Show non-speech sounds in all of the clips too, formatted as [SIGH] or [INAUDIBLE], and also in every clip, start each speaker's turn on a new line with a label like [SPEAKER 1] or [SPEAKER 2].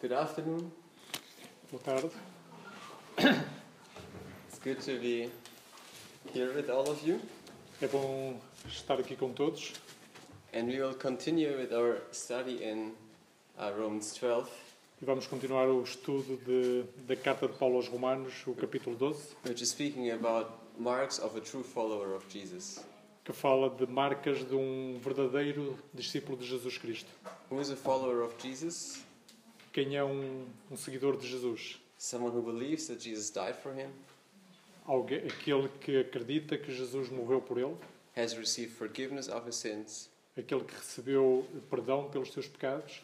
[SPEAKER 1] Good afternoon.
[SPEAKER 2] Boa tarde.
[SPEAKER 1] It's good to be here with all of you.
[SPEAKER 2] É bom estar aqui com todos
[SPEAKER 1] And we will continue with our study in uh, Romans 12,
[SPEAKER 2] e vamos continuar o estudo de, da Carta de Paulo aos Romanos, o capítulo 12,
[SPEAKER 1] which is speaking about marks of a true follower of Jesus.
[SPEAKER 2] que fala de marcas de um verdadeiro discípulo de Jesus Cristo.
[SPEAKER 1] Who is a follower of Jesus?
[SPEAKER 2] Quem é um, um seguidor de Jesus?
[SPEAKER 1] Someone who believes that Jesus died for him,
[SPEAKER 2] Alguém, aquele que acredita que Jesus morreu por ele,
[SPEAKER 1] has received forgiveness of his sins,
[SPEAKER 2] aquele que recebeu perdão pelos seus pecados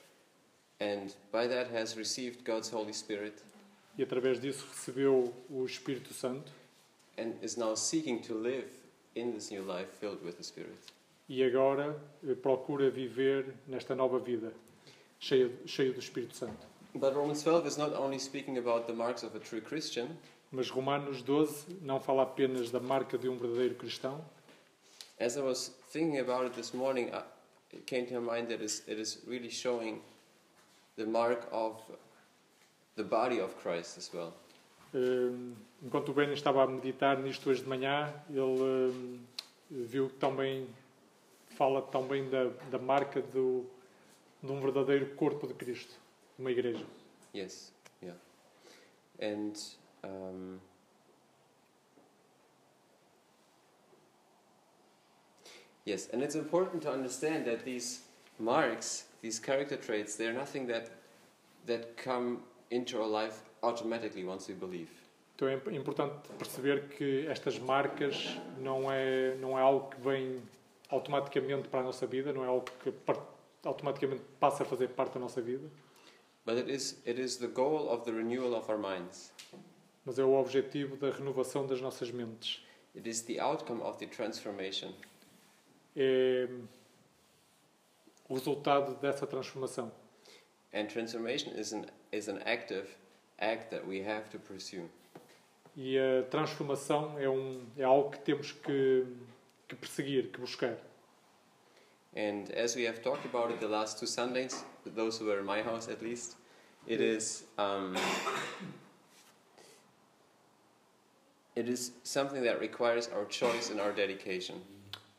[SPEAKER 1] and by that has received God's Holy Spirit
[SPEAKER 2] e através disso recebeu o Espírito Santo
[SPEAKER 1] and is now seeking to live in this new life filled with the Spirit.
[SPEAKER 2] e agora eh, procura viver nesta nova vida, cheio, cheio do Espírito Santo.
[SPEAKER 1] But Romans 12 is not only speaking about the marks of a true Christian,
[SPEAKER 2] Mas Romanos 12 não fala apenas da marca de um verdadeiro cristão,
[SPEAKER 1] As I was thinking about it this morning, I, it came to my mind that it's, it is really showing the mark of the body of Christ as well.
[SPEAKER 2] Hum, enquanto o Ben estava a meditar nisto hoje de manhã, ele hum, viu que também fala também da, da marca do, de um verdadeiro corpo de Cristo, de uma igreja.
[SPEAKER 1] Yes, yeah. And um, yes, and it's important to understand that these marks, these character traits, they're nothing that that come into our life automatically once we believe.
[SPEAKER 2] Então é imp- importante perceber que estas marcas não é, não é algo que vem automaticamente para a nossa vida, não é algo que par- automaticamente passa a fazer parte da nossa vida.
[SPEAKER 1] But it is it is the goal of the renewal of our minds.
[SPEAKER 2] mas é o objetivo da renovação das nossas mentes.
[SPEAKER 1] It is the outcome of the transformation.
[SPEAKER 2] É o resultado dessa transformação.
[SPEAKER 1] And transformation is an, is an active act that we have to pursue.
[SPEAKER 2] E a transformação é, um, é algo que temos que, que perseguir, que buscar.
[SPEAKER 1] And as we have talked about it the last two Sundays, those who were in my house at least, it is um, it is something that requires our choice and our dedication.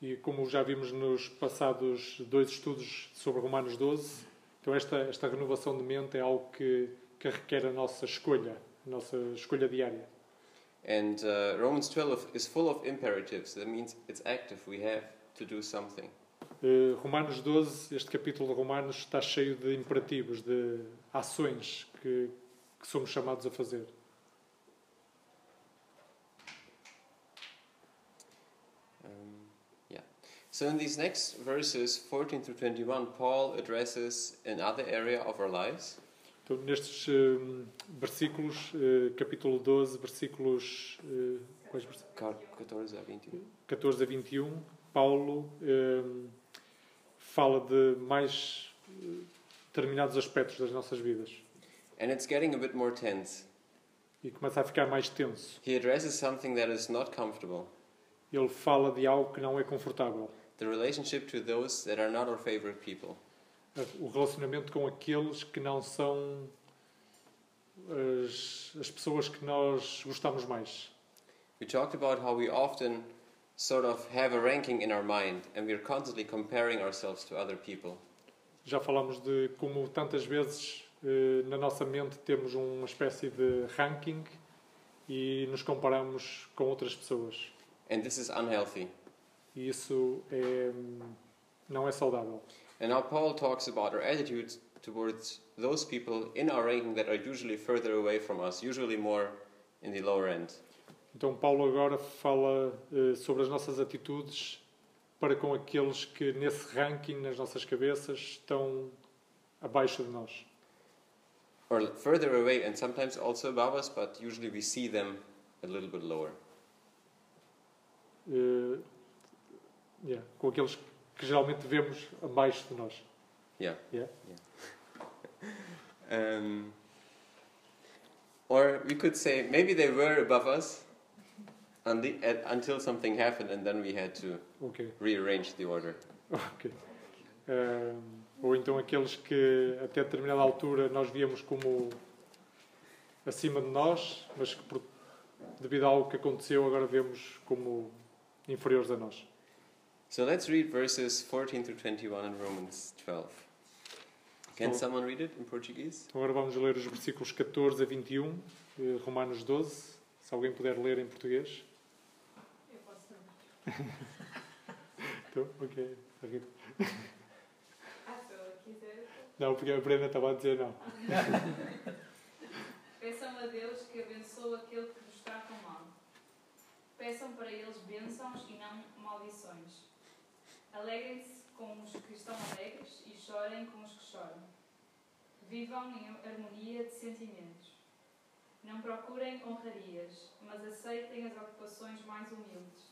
[SPEAKER 2] E como já vimos nos passados dois estudos sobre Romanos 12, então esta, esta renovação de mente é algo que, que requer a nossa escolha, a nossa escolha diária.
[SPEAKER 1] And uh, Romans 12 is full of imperatives. That means it's active. We have to do something.
[SPEAKER 2] Eh, Romanos 12, este capítulo de Romanos está cheio de imperativos, de ações que, que somos chamados a fazer.
[SPEAKER 1] Um, yeah. So in these next verses, 14 to 21, Paul addresses another area of our lives,
[SPEAKER 2] Então, nestes eh, versículos, eh, capítulo 12, versículos eh, quais vers-
[SPEAKER 1] Car- 14 a 21.
[SPEAKER 2] 14 a 21, Paulo eh, fala de mais eh, determinados aspectos das nossas vidas
[SPEAKER 1] And it's getting a bit more tense.
[SPEAKER 2] e começa a ficar mais tenso.
[SPEAKER 1] He addresses something that is not comfortable
[SPEAKER 2] Ele fala de algo que não é confortável.
[SPEAKER 1] the relationship to those that are not our favorite people.
[SPEAKER 2] o relacionamento com aqueles que não são eh, as, as pessoas que nós gostamos mais.
[SPEAKER 1] We talked about how we often sort of have a ranking in our mind and we're constantly comparing ourselves to other people.
[SPEAKER 2] Já falámos de como tantas vezes eh, na nossa mente temos uma espécie de ranking e nos comparamos com outras pessoas.
[SPEAKER 1] And this is unhealthy.
[SPEAKER 2] E isso é, não é saudável.
[SPEAKER 1] And now Paul talks about our attitudes towards those people in our ranking that are usually further away from us, usually more in the lower end.
[SPEAKER 2] Então Paulo agora fala eh, sobre as nossas atitudes para com aqueles que nesse ranking nas nossas cabeças estão abaixo de nós.
[SPEAKER 1] Or further away and sometimes also above us, but usually we see them a little bit lower.
[SPEAKER 2] eh, yeah, com aqueles que geralmente vemos abaixo de nós.
[SPEAKER 1] Yeah.
[SPEAKER 2] Yeah.
[SPEAKER 1] Um, or we could say maybe they were above us and the, at, until something happened and then we had to
[SPEAKER 2] Ok,
[SPEAKER 1] rearrange the order.
[SPEAKER 2] ok. Ah, ou então aqueles que até determinada altura nós víamos como acima de nós, mas que por- devido a algo que aconteceu agora vemos como inferiores a nós.
[SPEAKER 1] So let's read verses 14 through 21 in Romans 12. Can
[SPEAKER 2] So-
[SPEAKER 1] someone read it in Portuguese?
[SPEAKER 2] Então agora vamos ler os versículos 14 a 21, eh, Romanos 12, se alguém puder ler em português.
[SPEAKER 3] Eu posso não.
[SPEAKER 2] Então, ok. ok.
[SPEAKER 3] Ah, se eu quiser.
[SPEAKER 2] Não, porque a Brenda estava a dizer não.
[SPEAKER 3] Peçam a Deus que abençoe aquele que vos trata mal. Peçam para eles bênçãos e não maldições. Alegrem-se com os que estão alegres e chorem com os que choram. Vivam em harmonia de sentimentos. Não procurem honrarias, mas aceitem as ocupações mais humildes.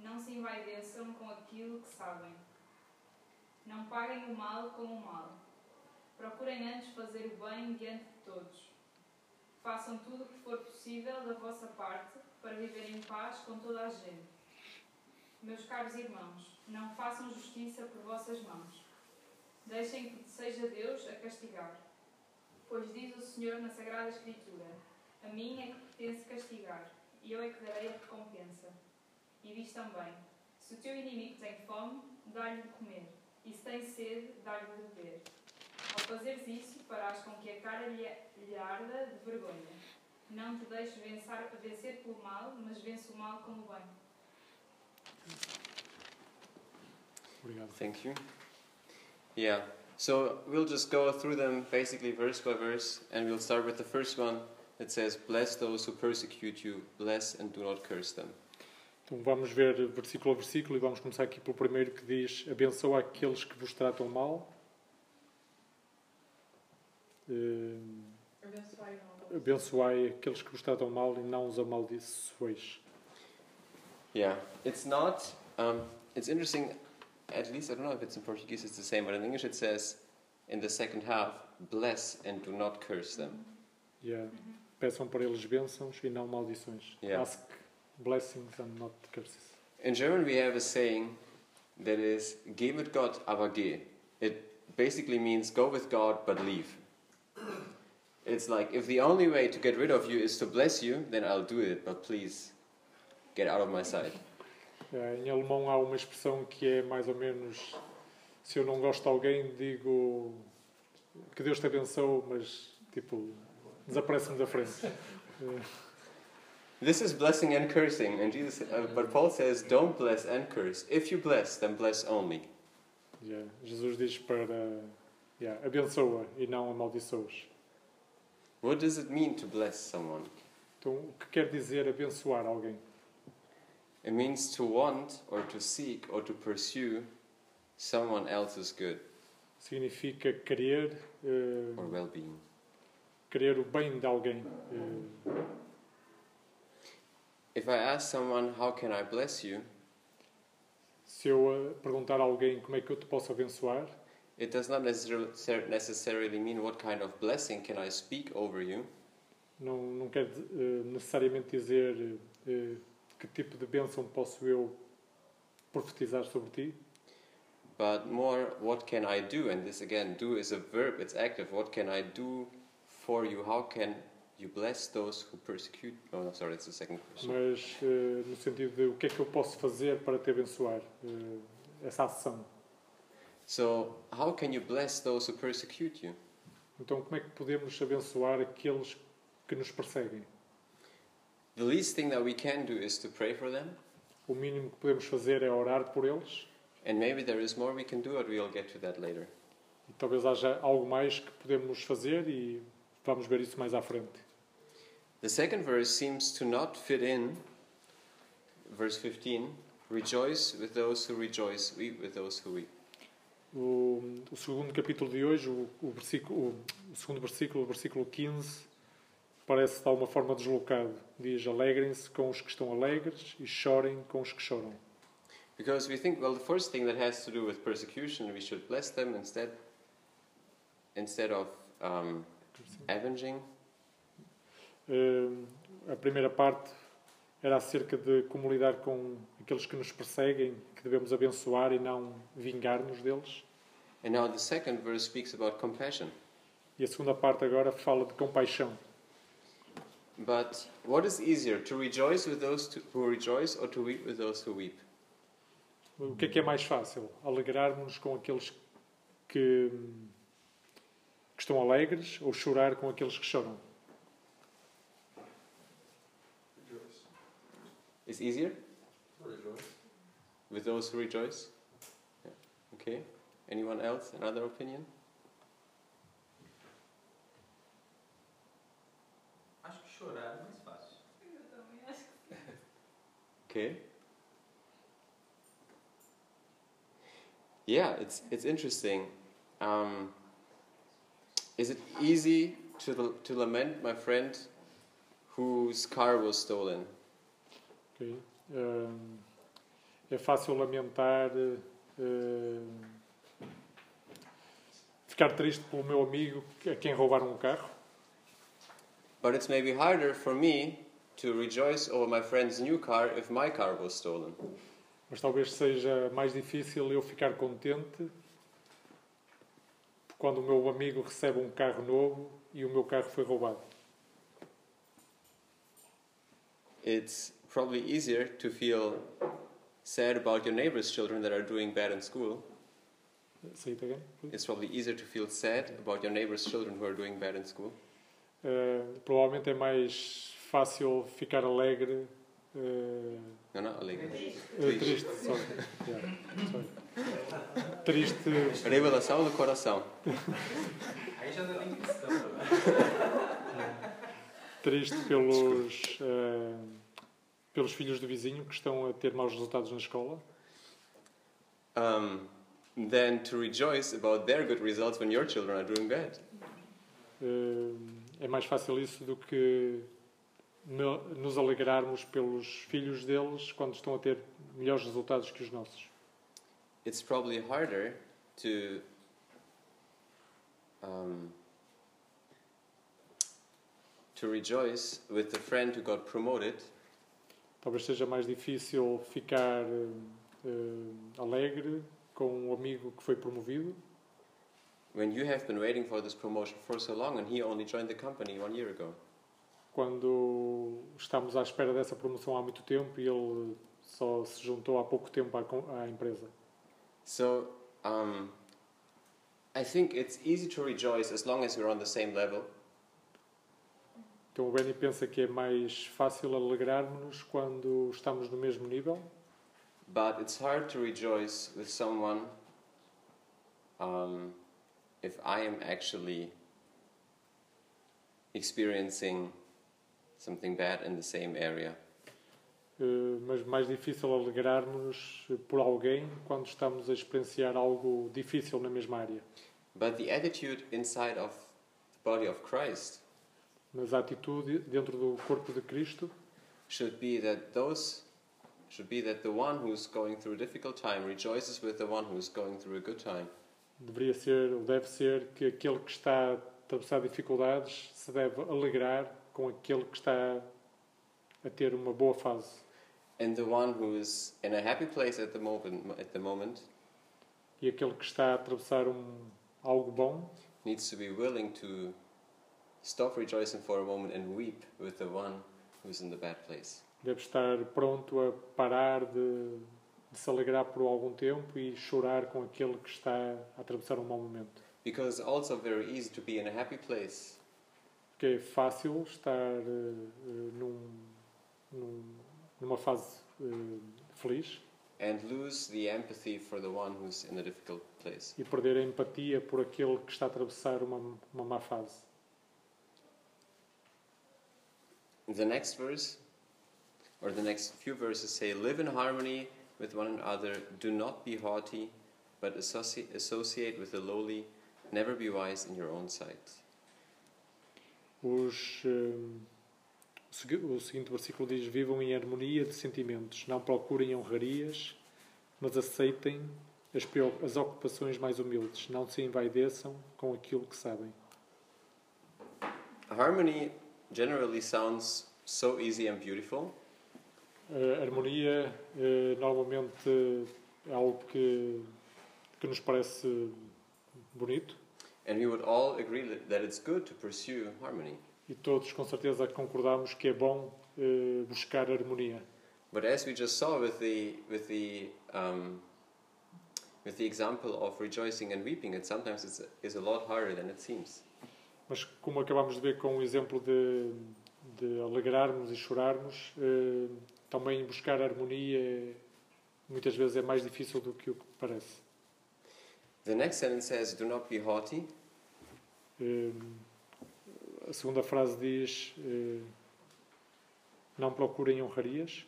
[SPEAKER 3] Não se envaideçam com aquilo que sabem. Não paguem o mal com o mal. Procurem antes fazer o bem diante de todos. Façam tudo o que for possível da vossa parte para viver em paz com toda a gente. Meus caros irmãos, não façam justiça por vossas mãos. Deixem que seja Deus a castigar. Pois diz o Senhor na Sagrada Escritura: A mim é que pertence castigar, e eu é que darei a recompensa. E diz também: Se o teu inimigo tem fome, dá-lhe de comer, e se tem sede, dá-lhe de beber. Ao fazeres isso, farás com que a cara lhe, lhe arda de vergonha. Não te deixes vencer, vencer pelo mal, mas vence o mal com o bem.
[SPEAKER 2] Obrigado.
[SPEAKER 1] Thank you. Yeah. So we'll just go through them basically verse by verse, and we'll start with the first one that says, Bless those who persecute you, bless and do not curse them.
[SPEAKER 2] Então vamos ver versículo a versículo e vamos começar aqui pelo primeiro que diz: Abençoa aqueles que vos tratam mal. Eh,
[SPEAKER 3] Abençoai o
[SPEAKER 2] Abençoai aqueles que vos tratam mal e não os amaldiçoeis.
[SPEAKER 1] Yeah. It's not, um, it's interesting, at least I don't know if it's in Portuguese, it's the same, but in English it says, in the second half, bless and do not curse them.
[SPEAKER 2] E eh, peçam para eles bênçãos e não maldições.
[SPEAKER 1] Yeah.
[SPEAKER 2] Ask blessings and not curses.
[SPEAKER 1] In German, we have a saying that is, Geh mit Gott, aber geh. It basically means go with God, but leave. It's like, if the only way to get rid of you is to bless you, then I'll do it, but please get out of my sight.
[SPEAKER 2] Eh, Em alemão há uma expressão que é mais ou menos: se eu não gosto de alguém, digo que Deus te abençoe, mas tipo, desaparece-me da frente. Eh,
[SPEAKER 1] This is blessing and cursing, and Jesus, uh, but Paul says, don't bless and curse. If you bless, then bless only.
[SPEAKER 2] Yeah. Jesus diz para yeah, abençoa e não amaldiçoas.
[SPEAKER 1] What does it mean to bless someone?
[SPEAKER 2] Então, o que quer dizer abençoar alguém?
[SPEAKER 1] It means to want or to seek or to pursue someone else's good
[SPEAKER 2] Significa querer, eh,
[SPEAKER 1] or well being.
[SPEAKER 2] querer o bem de alguém. Eh,
[SPEAKER 1] If I ask someone, How can I bless you?
[SPEAKER 2] se eu eh, perguntar a alguém como é que eu te posso abençoar,
[SPEAKER 1] it does not necessar- necessarily mean what kind of blessing can I speak over you,
[SPEAKER 2] não, não quer eh, necessariamente dizer eh, que tipo de bênção posso eu profetizar sobre ti,
[SPEAKER 1] but more, What can I do? And this again, do is a verb, it's active. What can I do for you? How can you bless those who persecute? Oh, no, sorry, it's the second question.
[SPEAKER 2] mas eh, no sentido de o que é que eu posso fazer para te abençoar, eh, essa ação.
[SPEAKER 1] So, how can you bless those who persecute you?
[SPEAKER 2] Então, como é que podemos abençoar aqueles que nos perseguem?
[SPEAKER 1] The least thing that we can do is to pray for them,
[SPEAKER 2] O mínimo que podemos fazer é orar por eles
[SPEAKER 1] and maybe there is more we can do, but we'll get to that later.
[SPEAKER 2] e talvez haja algo mais que podemos fazer e vamos ver isso mais à frente.
[SPEAKER 1] The second verse seems to not fit in. Verse 15 Rejoice with those who rejoice, weep with those who weep.
[SPEAKER 2] O, o segundo capítulo de hoje, o, o, versículo, o, o segundo versículo, o versículo 15, parece de alguma forma deslocado. Diz: Alegrem-se com os que estão alegres e chorem com os que choram.
[SPEAKER 1] Because we think, well, the first thing that has to do with persecution, we should bless them instead, instead of um, avenging.
[SPEAKER 2] Eh, a primeira Hum, parte era acerca de como lidar com aqueles que nos perseguem, que devemos abençoar e não vingar-nos deles.
[SPEAKER 1] And now the second verse speaks about compassion.
[SPEAKER 2] E a segunda parte agora fala de compaixão.
[SPEAKER 1] But what is easier, to rejoice with those to, who rejoice or to weep with those who weep?
[SPEAKER 2] O que é que é mais fácil? Alegrarmos-nos com aqueles que, que estão alegres ou chorar com aqueles que choram?
[SPEAKER 4] Rejoice.
[SPEAKER 1] It's easier
[SPEAKER 4] Rejoice.
[SPEAKER 1] with those who rejoice? Yeah. Okay. Anyone else? Another opinion?
[SPEAKER 5] Acho que chorar é mais fácil.
[SPEAKER 3] Eu também acho que
[SPEAKER 1] Okay. Yeah, it's it's interesting. Um, is it easy to to lament my friend whose car was stolen?
[SPEAKER 2] Ok? Hum, é fácil lamentar, eh, hum, ficar triste pelo meu amigo a quem roubaram o carro,
[SPEAKER 1] But it's maybe harder for me to rejoice over my friend's new car if my car was stolen.
[SPEAKER 2] mas talvez seja mais difícil eu ficar contente quando o meu amigo recebe um carro novo e o meu carro foi roubado.
[SPEAKER 1] It's probably easier to feel sad about your neighbor's children that are doing bad in school.
[SPEAKER 2] Say it again, please.
[SPEAKER 1] It's probably easier to feel sad about your neighbor's children who are doing bad in school.
[SPEAKER 2] Uh, provavelmente é mais fácil ficar alegre, uh,
[SPEAKER 1] No, no, Allegri.
[SPEAKER 2] uh, triste, sorry. Yeah, sorry. triste,
[SPEAKER 1] Revelação do coração.
[SPEAKER 5] Aí já não é nem cristão. né?
[SPEAKER 2] triste pelos eh, pelos filhos do vizinho que estão a ter maus resultados na escola
[SPEAKER 1] Um, than to rejoice about their good results when your children are doing bad.
[SPEAKER 2] Eh, é mais fácil isso do que no- nos alegrarmos pelos filhos deles quando estão a ter melhores resultados que os nossos
[SPEAKER 1] It's probably harder to um, to rejoice with the friend who got promoted
[SPEAKER 2] talvez seja mais difícil ficar eh, eh, alegre com um amigo que foi promovido
[SPEAKER 1] when you have been waiting for this promotion for so long and he only joined the company one year ago.
[SPEAKER 2] quando estamos à espera dessa promoção há muito tempo e ele só se juntou há pouco tempo à com- à empresa
[SPEAKER 1] So um, I think it's easy to rejoice as long as we're on the same level.
[SPEAKER 2] Então o Benny pensa que é mais fácil alegrarmos-nos quando estamos no mesmo nível,
[SPEAKER 1] But it's hard to rejoice with someone um, if I am actually experiencing something bad in the same area.
[SPEAKER 2] eh, mas mais difícil alegrarmos-nos por alguém quando estamos a experienciar algo difícil na mesma área.
[SPEAKER 1] But the attitude inside of the body of Christ
[SPEAKER 2] Mas a atitude dentro do corpo de Cristo
[SPEAKER 1] should be that those should be that the one who's going through a difficult time rejoices with the one who's going through a good time.
[SPEAKER 2] deveria ser, ou deve ser, que aquele que está a atravessar dificuldades se deve alegrar com aquele que está a ter uma boa fase.
[SPEAKER 1] And the one who is in a happy place at the moment at the moment
[SPEAKER 2] E aquele que está a atravessar um, algo bom
[SPEAKER 1] needs to be willing to stop rejoicing for a moment and weep with the one who's in the bad place.
[SPEAKER 2] deve estar pronto a parar de, de se alegrar por algum tempo e chorar com aquele que está a atravessar um mau momento.
[SPEAKER 1] Because it's also very easy to be in a happy place
[SPEAKER 2] Porque é fácil estar eh, eh, num- num- numa fase eh, feliz
[SPEAKER 1] and lose the empathy for the one who's in a difficult place.
[SPEAKER 2] e perder a empatia por aquele que está a atravessar uma, uma má fase.
[SPEAKER 1] The next verse, or the next few verses, say, Live in harmony with one another, do not be haughty, but associ- associate with the lowly, never be wise in your own sight.
[SPEAKER 2] Os, eh, o segui- o seguinte versículo diz: Vivam em harmonia de sentimentos, não procurem honrarias, mas aceitem as, preo- as ocupações mais humildes, não se envaideçam com aquilo que sabem.
[SPEAKER 1] Harmony generally sounds so easy and beautiful,
[SPEAKER 2] eh, harmonia eh, normalmente é algo que, que nos parece bonito
[SPEAKER 1] And we would all agree that- that it's good to pursue harmony.
[SPEAKER 2] e todos com certeza concordamos que é bom eh, buscar harmonia.
[SPEAKER 1] But as we just saw with the with the um, with the example of rejoicing and weeping, it sometimes is, is a lot harder than it seems.
[SPEAKER 2] Mas como acabámos de ver com o exemplo de, de alegrarmos e chorarmos, eh, também buscar harmonia é- muitas vezes é mais difícil do que o que parece.
[SPEAKER 1] The next sentence says, "Do not be haughty."
[SPEAKER 2] Eh, a segunda frase diz: eh, Não procurem honrarias.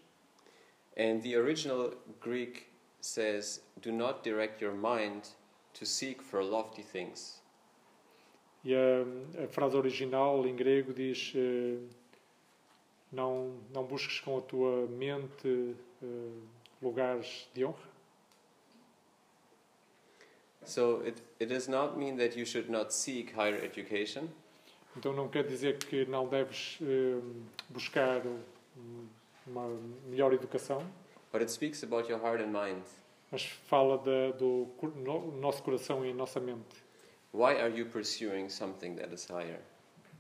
[SPEAKER 1] And the original Greek says, Do not direct your mind to seek for lofty things.
[SPEAKER 2] E a, a frase original em grego diz: eh, Não, não busques com a tua mente eh, lugares de honra.
[SPEAKER 1] So it, it does not mean that you should not seek higher education,
[SPEAKER 2] Então não quer dizer que não deves eh, buscar um, uma melhor educação,
[SPEAKER 1] but it speaks about your heart and mind.
[SPEAKER 2] mas fala da, do cor- no, nosso coração e nossa mente.
[SPEAKER 1] Why are you pursuing something that is higher?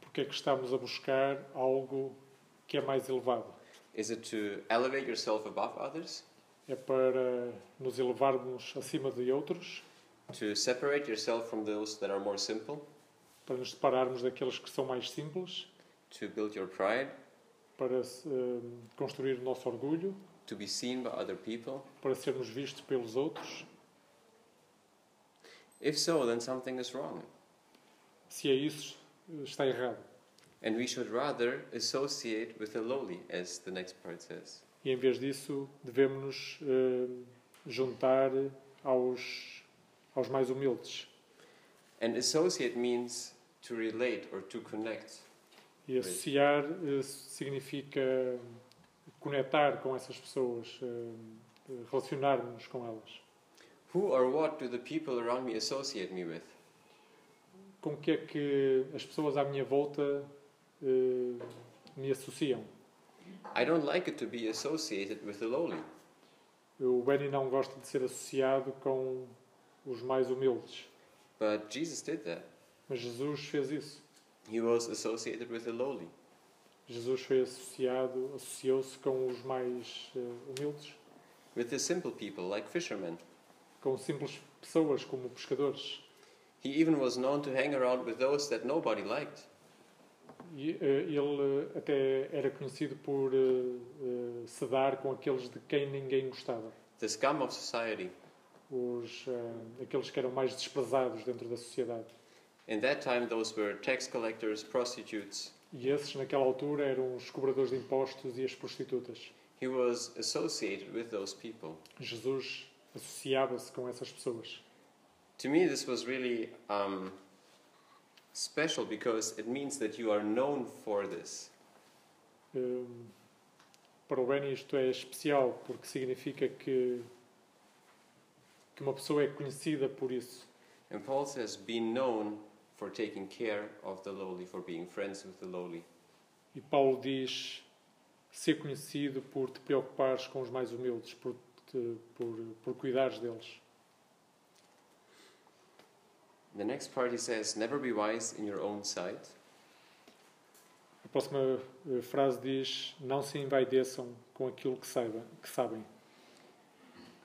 [SPEAKER 2] Porque é que estamos a buscar algo que é mais elevado?
[SPEAKER 1] Is it to elevate yourself above others?
[SPEAKER 2] É para nos elevarmos acima de outros,
[SPEAKER 1] To separate yourself from those that are more simple?
[SPEAKER 2] para nos separarmos daqueles que são mais simples,
[SPEAKER 1] To build your pride?
[SPEAKER 2] para eh, construir o nosso orgulho,
[SPEAKER 1] To be seen by other people?
[SPEAKER 2] para sermos vistos pelos outros.
[SPEAKER 1] If so, then something is wrong.
[SPEAKER 2] Se é isso, está errado.
[SPEAKER 1] And we should rather associate with the lowly, as the next part says.
[SPEAKER 2] e em vez disso devemos nos juntar aos, aos mais humildes.
[SPEAKER 1] And associate means to relate or to connect.
[SPEAKER 2] E associar eh, significa conectar com essas pessoas, eh, relacionar-nos com elas.
[SPEAKER 1] Who or what do the people around me associate me with?
[SPEAKER 2] Com o que é que as pessoas à minha volta eh, me associam?
[SPEAKER 1] I don't like it to be associated with the lowly.
[SPEAKER 2] O Benny não gosta de ser associado com os mais humildes,
[SPEAKER 1] But Jesus did that.
[SPEAKER 2] mas Jesus fez isso.
[SPEAKER 1] He was associated with the lowly.
[SPEAKER 2] Jesus foi associado, associou-se com os mais eh, humildes.
[SPEAKER 1] With the simple people, like fishermen.
[SPEAKER 2] com simples pessoas como pescadores.
[SPEAKER 1] He even was known to hang around with those that nobody liked.
[SPEAKER 2] E, eh, ele eh, até era conhecido por eh, eh, sedar com aqueles de quem ninguém gostava,
[SPEAKER 1] The scum of society.
[SPEAKER 2] os, eh, aqueles que eram mais desprezados dentro da sociedade.
[SPEAKER 1] In that time, those were tax collectors, prostitutes.
[SPEAKER 2] E esses, naquela altura, eram os cobradores de impostos e as prostitutas.
[SPEAKER 1] He was associated with those people.
[SPEAKER 2] Jesus associava-se com essas pessoas.
[SPEAKER 1] To me, this was really um, special because it means that you are known for this.
[SPEAKER 2] Hum, para o Benny isto é especial, porque significa que, que uma pessoa é conhecida por isso.
[SPEAKER 1] And Paul says, Be known for taking care of the lowly, for being friends with the lowly.
[SPEAKER 2] E Paulo diz: ser conhecido por te preocupares com os mais humildes, por, te, por, por cuidares deles.
[SPEAKER 1] The next part he says, Never be wise in your own sight.
[SPEAKER 2] A próxima eh, frase diz: não se envaideçam com aquilo que, saiba, que sabem.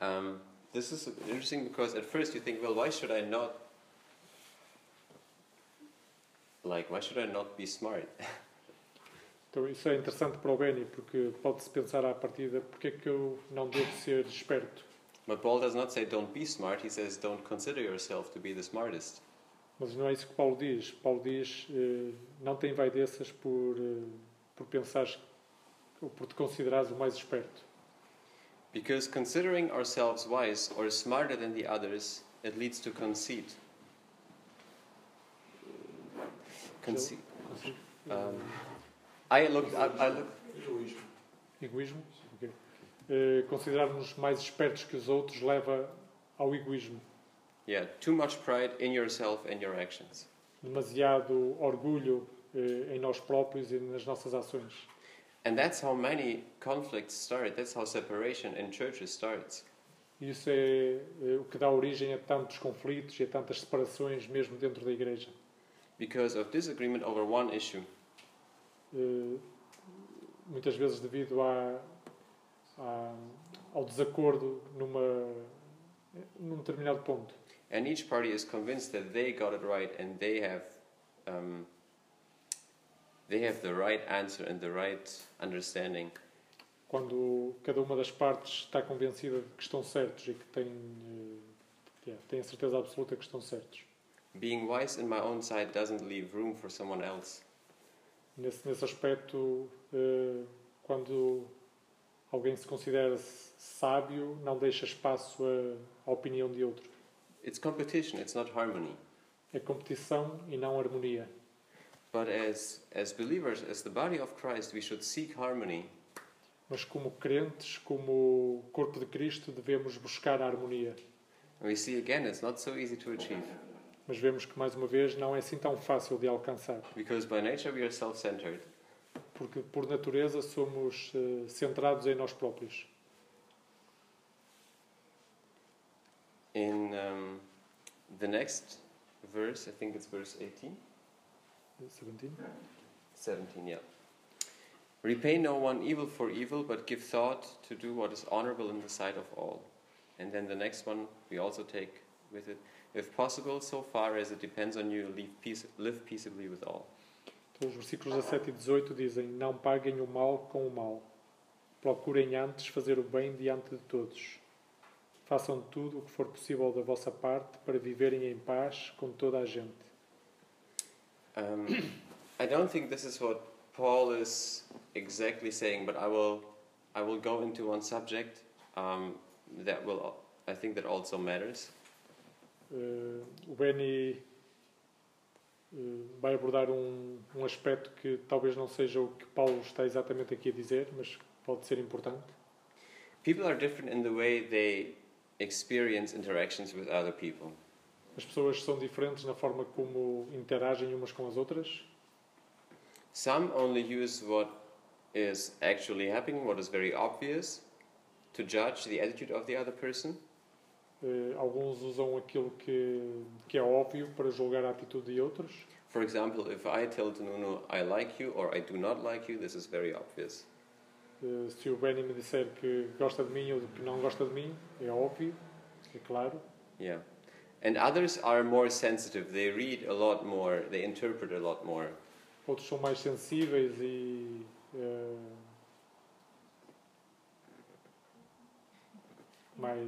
[SPEAKER 1] Um, this is interesting because at first you think, Well, why should I not? Like, why should I not be smart?
[SPEAKER 2] Então, isso é interessante para o Benny, porque pode-se pensar à partida: porque é que eu não devo ser esperto?
[SPEAKER 1] But Paul does not say, Don't be smart. He says, Don't consider yourself to be the smartest.
[SPEAKER 2] Mas não é isso que Paulo diz. Paulo diz: eh, não te envaideças por, eh, por pensares ou por te considerares o mais esperto.
[SPEAKER 1] Because considering ourselves wise or smarter than the others, it leads to conceit. Conceit. Um, I looked. I, I looked.
[SPEAKER 4] Egoísmo.
[SPEAKER 2] Egoísmo? Ok. Eh, Considerarmos mais espertos que os outros leva ao egoísmo.
[SPEAKER 1] Yeah, too much pride in yourself and your actions.
[SPEAKER 2] Demasiado orgulho eh, em nós próprios e nas nossas ações.
[SPEAKER 1] And that's how many conflicts start. That's how separation in churches starts.
[SPEAKER 2] Isso é eh, o que dá origem a tantos conflitos e a tantas separações mesmo dentro da igreja.
[SPEAKER 1] Because of disagreement over one issue.
[SPEAKER 2] Eh, muitas vezes devido à- à- ao desacordo numa, num determinado ponto.
[SPEAKER 1] And each party is convinced that they got it right and they have, um, they have the right answer and the right understanding.
[SPEAKER 2] Quando cada uma das partes está convencida de que estão certos e que tem, eh, yeah, tem a certeza absoluta que estão certos.
[SPEAKER 1] Being wise in my own sight doesn't leave room for someone else.
[SPEAKER 2] Nesse, nesse aspecto, eh, quando alguém se considera sábio, não deixa espaço à- à opinião de outro.
[SPEAKER 1] It's competition, it's not harmony.
[SPEAKER 2] É competição e não harmonia.
[SPEAKER 1] But as, as believers, as the body of Christ, we should seek harmony
[SPEAKER 2] Mas como crentes, como corpo de Cristo, devemos buscar a harmonia.
[SPEAKER 1] And we see again, it's not so easy to achieve
[SPEAKER 2] Mas vemos que, mais uma vez, não é assim tão fácil de alcançar.
[SPEAKER 1] because by nature we are self centered.
[SPEAKER 2] Porque, por natureza, somos eh, centrados em nós próprios.
[SPEAKER 1] In um, the next verse, I think it's verse 18,
[SPEAKER 2] Seventeen?
[SPEAKER 1] 17, yeah. Repay no one evil for evil, but give thought to do what is honorable in the sight of all. And then the next one we also take with it. If possible, so far as it depends on you, leave peace, live peaceably with all.
[SPEAKER 2] Então, os versículos 17 e 18 dizem: Não paguem o mal com o mal. Procurem antes fazer o bem diante de todos. Façam tudo o que for possível da vossa parte para viverem em paz com toda a gente.
[SPEAKER 1] Um, [COUGHS] I don't think this is what Paul is exactly saying, but I will, I will go into one subject um, that will, I think, that also matters.
[SPEAKER 2] Eh, o Benny eh, vai abordar um, um aspecto que talvez não seja o que Paulo está exatamente aqui a dizer, mas pode ser importante.
[SPEAKER 1] People are different in the way they experience interactions with other people.
[SPEAKER 2] As pessoas são diferentes na forma como interagem umas com as outras.
[SPEAKER 1] Some only use what is actually happening, what is very obvious, to judge the attitude of the other person.
[SPEAKER 2] Eh, alguns usam aquilo que, que é óbvio para julgar a atitude de outros.
[SPEAKER 1] For example, if I tell Tununu I like you or I do not like you, this is very obvious.
[SPEAKER 2] Eh, se o Benny me disser que gosta de mim ou que não gosta de mim, é óbvio, é claro.
[SPEAKER 1] Yeah. And others are more sensitive. They read a lot more, they interpret a lot more.
[SPEAKER 2] outros são mais sensíveis e eh, mais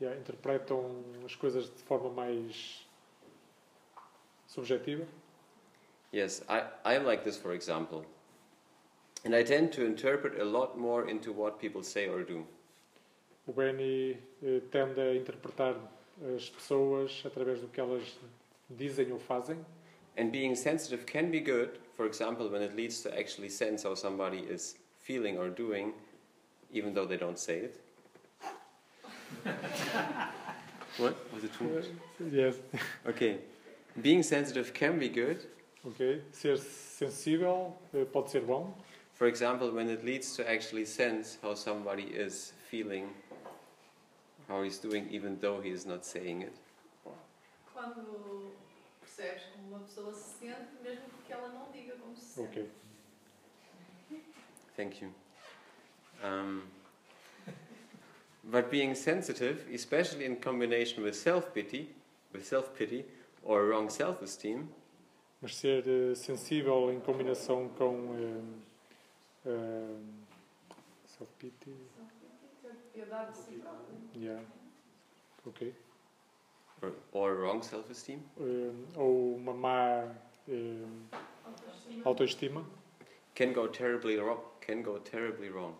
[SPEAKER 2] yeah, interpretam as coisas de forma mais subjetiva.
[SPEAKER 1] Yes, I, I'm like this, for example. And I tend to interpret a lot more into what people say or do.
[SPEAKER 2] O Benny eh, tende a interpretar as pessoas através do que elas dizem ou fazem
[SPEAKER 1] And being sensitive can be good, for example, when it leads to actually sense how somebody is feeling or doing, even though they don't say it. [LAUGHS] what? Was it too much?
[SPEAKER 2] Yes.
[SPEAKER 1] Okay. Being sensitive can be good,
[SPEAKER 2] Ok? Ser sensível eh, pode ser bom,
[SPEAKER 1] For example, when it leads to actually sense how somebody is feeling, how he's doing, even though he is not saying it.
[SPEAKER 6] Quando percebes como uma pessoa se sente, mesmo que ela não diga como se sente.
[SPEAKER 2] ok?
[SPEAKER 1] Thank you. Um, but being sensitive, especially in combination with self pity, with self pity or wrong self esteem,
[SPEAKER 2] mas ser eh, sensível em combinação com eh, eh, self-pity.
[SPEAKER 6] Só que ter piedade de si próprio.
[SPEAKER 2] Yeah. Ok.
[SPEAKER 1] or, or wrong self esteem,
[SPEAKER 2] Eh, ou uma má eh,
[SPEAKER 6] Autoestima.
[SPEAKER 2] autoestima
[SPEAKER 1] can go terribly wrong. Can go terribly wrong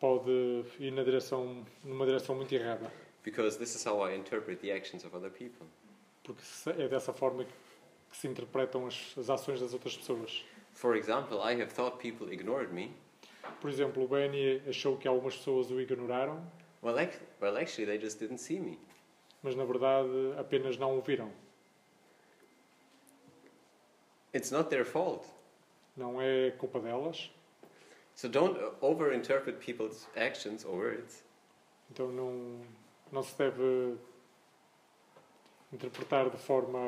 [SPEAKER 2] pode ir na direção, numa direção muito errada,
[SPEAKER 1] because this is how I interpret the actions of other people.
[SPEAKER 2] porque se- é dessa forma que que se interpretam as, as ações das outras pessoas.
[SPEAKER 1] For example, I have thought people ignored me.
[SPEAKER 2] Por exemplo, o Benny achou que algumas pessoas o ignoraram,
[SPEAKER 1] Well, ac- well, actually, they just didn't see me.
[SPEAKER 2] mas na verdade apenas não o viram.
[SPEAKER 1] It's not their fault.
[SPEAKER 2] Não é culpa delas,
[SPEAKER 1] So don't uh, overinterpret people's actions or words.
[SPEAKER 2] Então não, não se deve interpretar de forma.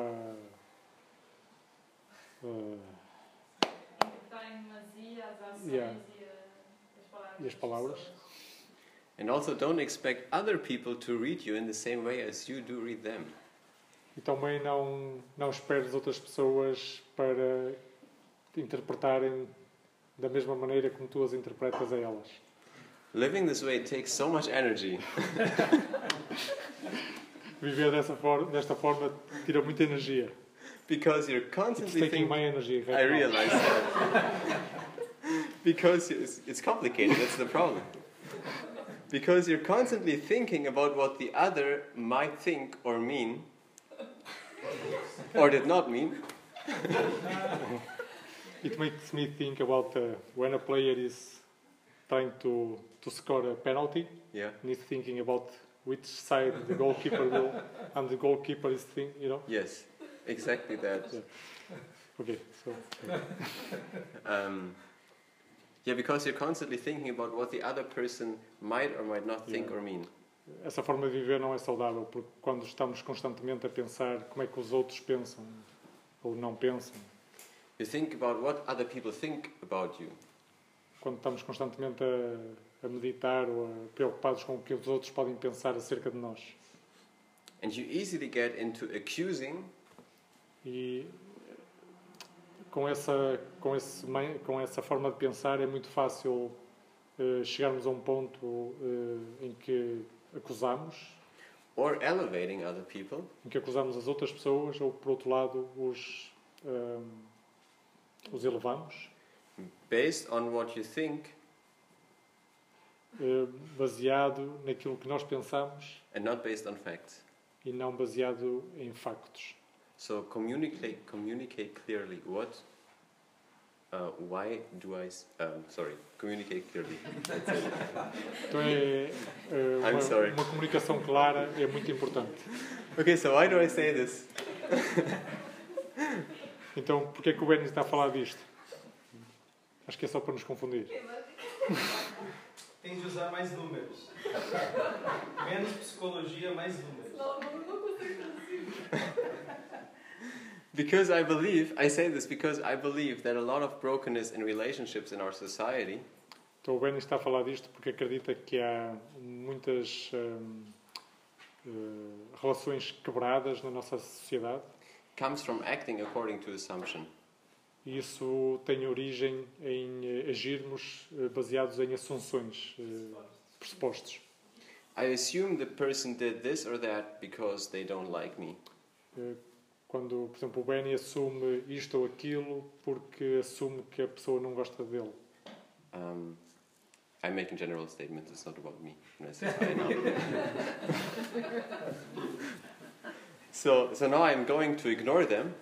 [SPEAKER 2] eh,
[SPEAKER 3] Interpretar em demasia as ações
[SPEAKER 2] Yeah.
[SPEAKER 3] e, a, as palavras.
[SPEAKER 2] E as
[SPEAKER 3] das
[SPEAKER 2] palavras.
[SPEAKER 3] pessoas.
[SPEAKER 1] And also don't expect other people to read you in the same way as you do read them.
[SPEAKER 2] e também não, não esperes outras pessoas para te interpretarem da mesma maneira como tu as interpretas a elas.
[SPEAKER 1] Living this way takes so much energy.
[SPEAKER 2] Viver dessa for desta forma tira muita energia.
[SPEAKER 1] Because you're
[SPEAKER 2] It's
[SPEAKER 1] constantly
[SPEAKER 2] taking
[SPEAKER 1] thinking.
[SPEAKER 2] my energy. right
[SPEAKER 1] I
[SPEAKER 2] now.
[SPEAKER 1] realize that. [LAUGHS] because it's, it's complicated, that's the problem. Because you're constantly thinking about what the other might think or mean, or did not mean.
[SPEAKER 2] It makes me think about uh, when a player is trying to, to score a penalty
[SPEAKER 1] Yeah,
[SPEAKER 2] and he's thinking about which side the goalkeeper will, and the goalkeeper is thinking, you know.
[SPEAKER 1] yes, exactly that.
[SPEAKER 2] Okay, so
[SPEAKER 1] Um, yeah, because you're constantly thinking about what the other person might or might not think
[SPEAKER 2] Yeah.
[SPEAKER 1] or mean.
[SPEAKER 2] essa forma de viver não é saudável, porque quando estamos constantemente a pensar como é que os outros pensam ou não pensam,
[SPEAKER 1] You think about what other people think about you.
[SPEAKER 2] quando estamos constantemente a, a meditar ou a, preocupados com o que os outros podem pensar acerca de nós.
[SPEAKER 1] And you easily get into accusing
[SPEAKER 2] E com essa, com esse, mai- com essa forma de pensar é muito fácil eh, chegarmos a um ponto eh, em que acusamos,
[SPEAKER 1] or elevating other people.
[SPEAKER 2] em que acusamos as outras pessoas ou, por outro lado, os, ehm, os elevamos.
[SPEAKER 1] based on what you think
[SPEAKER 2] eh, baseado naquilo que nós pensamos
[SPEAKER 1] and not based on facts.
[SPEAKER 2] e não baseado em factos.
[SPEAKER 1] So communicate communicate clearly what. Uh, why do I? s- Um, sorry, communicate clearly. [LAUGHS]
[SPEAKER 2] Então é, eh,
[SPEAKER 1] I'm sorry.
[SPEAKER 2] uma, uma comunicação clara é muito importante.
[SPEAKER 1] Okay, so why do I say this?
[SPEAKER 2] Então, porque é que o Benny está a falar disto? Acho que é só para nos confundir.
[SPEAKER 5] Tem de usar mais números. [LAUGHS] Menos psicologia, mais números.
[SPEAKER 6] Não, não, não consigo traduzir.
[SPEAKER 1] Because I believe I say this because I believe that a lot of brokenness in relationships in our society
[SPEAKER 2] Então, o Benny está a falar disto porque acredita que há muitas ehm, eh, relações quebradas na nossa sociedade
[SPEAKER 1] comes from acting according to assumption.
[SPEAKER 2] e isso tem origem em eh, agirmos eh, baseados em assunções, eh, pressupostos.
[SPEAKER 1] I assume the person did this or that because they don't like me.
[SPEAKER 2] Eh, quando, por exemplo, o Benny assume isto ou aquilo porque assume que a pessoa não gosta dele.
[SPEAKER 1] Um, I'm making general statements. It's not about me. when I say I
[SPEAKER 2] [LAUGHS]
[SPEAKER 1] know. so, so now I'm going to ignore
[SPEAKER 2] [LAUGHS]
[SPEAKER 1] them,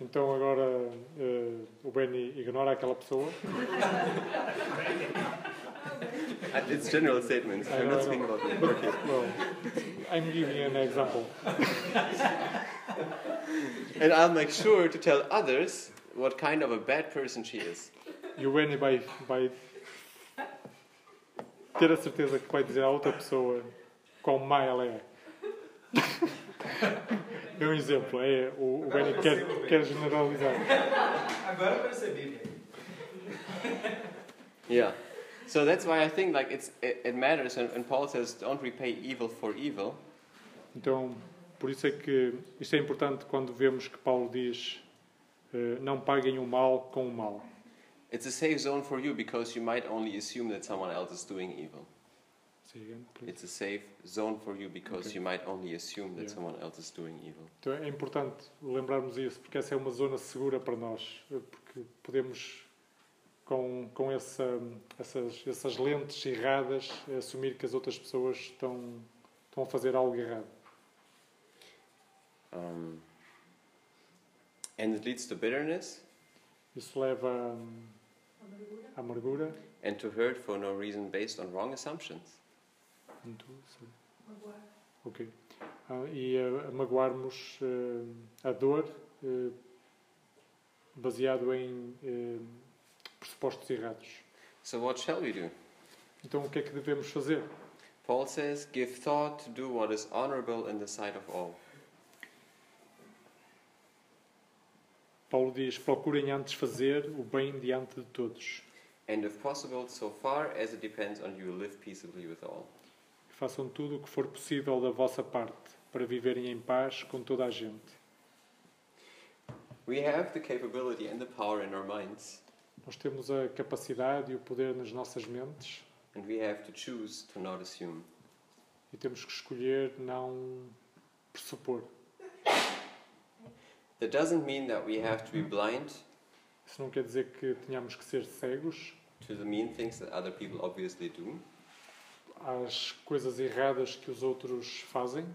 [SPEAKER 2] Então agora eh, o Benny ignora aquela pessoa.
[SPEAKER 1] Uh, it's general statements.
[SPEAKER 2] I
[SPEAKER 1] I'm
[SPEAKER 2] know, I
[SPEAKER 1] not speaking about me. Okay.
[SPEAKER 2] Well, I'm giving an example.
[SPEAKER 1] And I'll make sure to tell others what kind of a bad person she is.
[SPEAKER 2] E o Benny vai, vai ter a certeza que vai dizer à outra pessoa quão má ela é. É um exemplo. É, o, o Benny quer, quer generalizar.
[SPEAKER 5] Agora eu percebi, né? velho.
[SPEAKER 1] Yeah. So that's why I think like it's it, it matters. And, and Paul says, "Don't repay evil for evil."
[SPEAKER 2] Então, por isso é que isto é importante quando vemos que Paulo diz eh, não paguem o mal com o mal.
[SPEAKER 1] It's a safe zone for you because you might only assume that someone else is doing evil.
[SPEAKER 2] Say again, please.
[SPEAKER 1] It's a safe zone for you because
[SPEAKER 2] Hmm. Okay.
[SPEAKER 1] you might only assume that
[SPEAKER 2] Yeah.
[SPEAKER 1] someone else is doing evil.
[SPEAKER 2] Então é importante lembrarmos isso, porque essa é uma zona segura para nós, eh, porque podemos, com, com essa, essas, essas lentes erradas, eh, assumir que as outras pessoas estão, estão a fazer algo errado.
[SPEAKER 1] Um, and it leads to bitterness
[SPEAKER 2] Isso leva hum,
[SPEAKER 6] Amargura.
[SPEAKER 2] à amargura.
[SPEAKER 1] and to hurt for no reason based on wrong assumptions.
[SPEAKER 2] Um, tu, sim.
[SPEAKER 6] Magoar.
[SPEAKER 2] Ok. Ah, e a, a magoarmos eh, a dor eh, baseado em eh, ah, pressupostos errados.
[SPEAKER 1] So, what shall we do?
[SPEAKER 2] Então o que é que devemos fazer?
[SPEAKER 1] Paul says, Give thought to do what is honorable in the sight of all.
[SPEAKER 2] Paulo diz: procurem antes fazer o bem diante de todos.
[SPEAKER 1] And if possible, so far as it depends on you, live peaceably with all.
[SPEAKER 2] E façam tudo o que for possível da vossa parte para viverem em paz com toda a gente.
[SPEAKER 1] We have the capability and the power in our minds,
[SPEAKER 2] Nós temos a capacidade e o poder nas nossas mentes
[SPEAKER 1] and we have to choose to not assume.
[SPEAKER 2] e temos que escolher não pressupor.
[SPEAKER 1] That doesn't mean that we have to be blind
[SPEAKER 2] Isso não quer dizer que tenhamos que ser cegos
[SPEAKER 1] to the mean things that other people obviously do.
[SPEAKER 2] às coisas erradas que os outros fazem.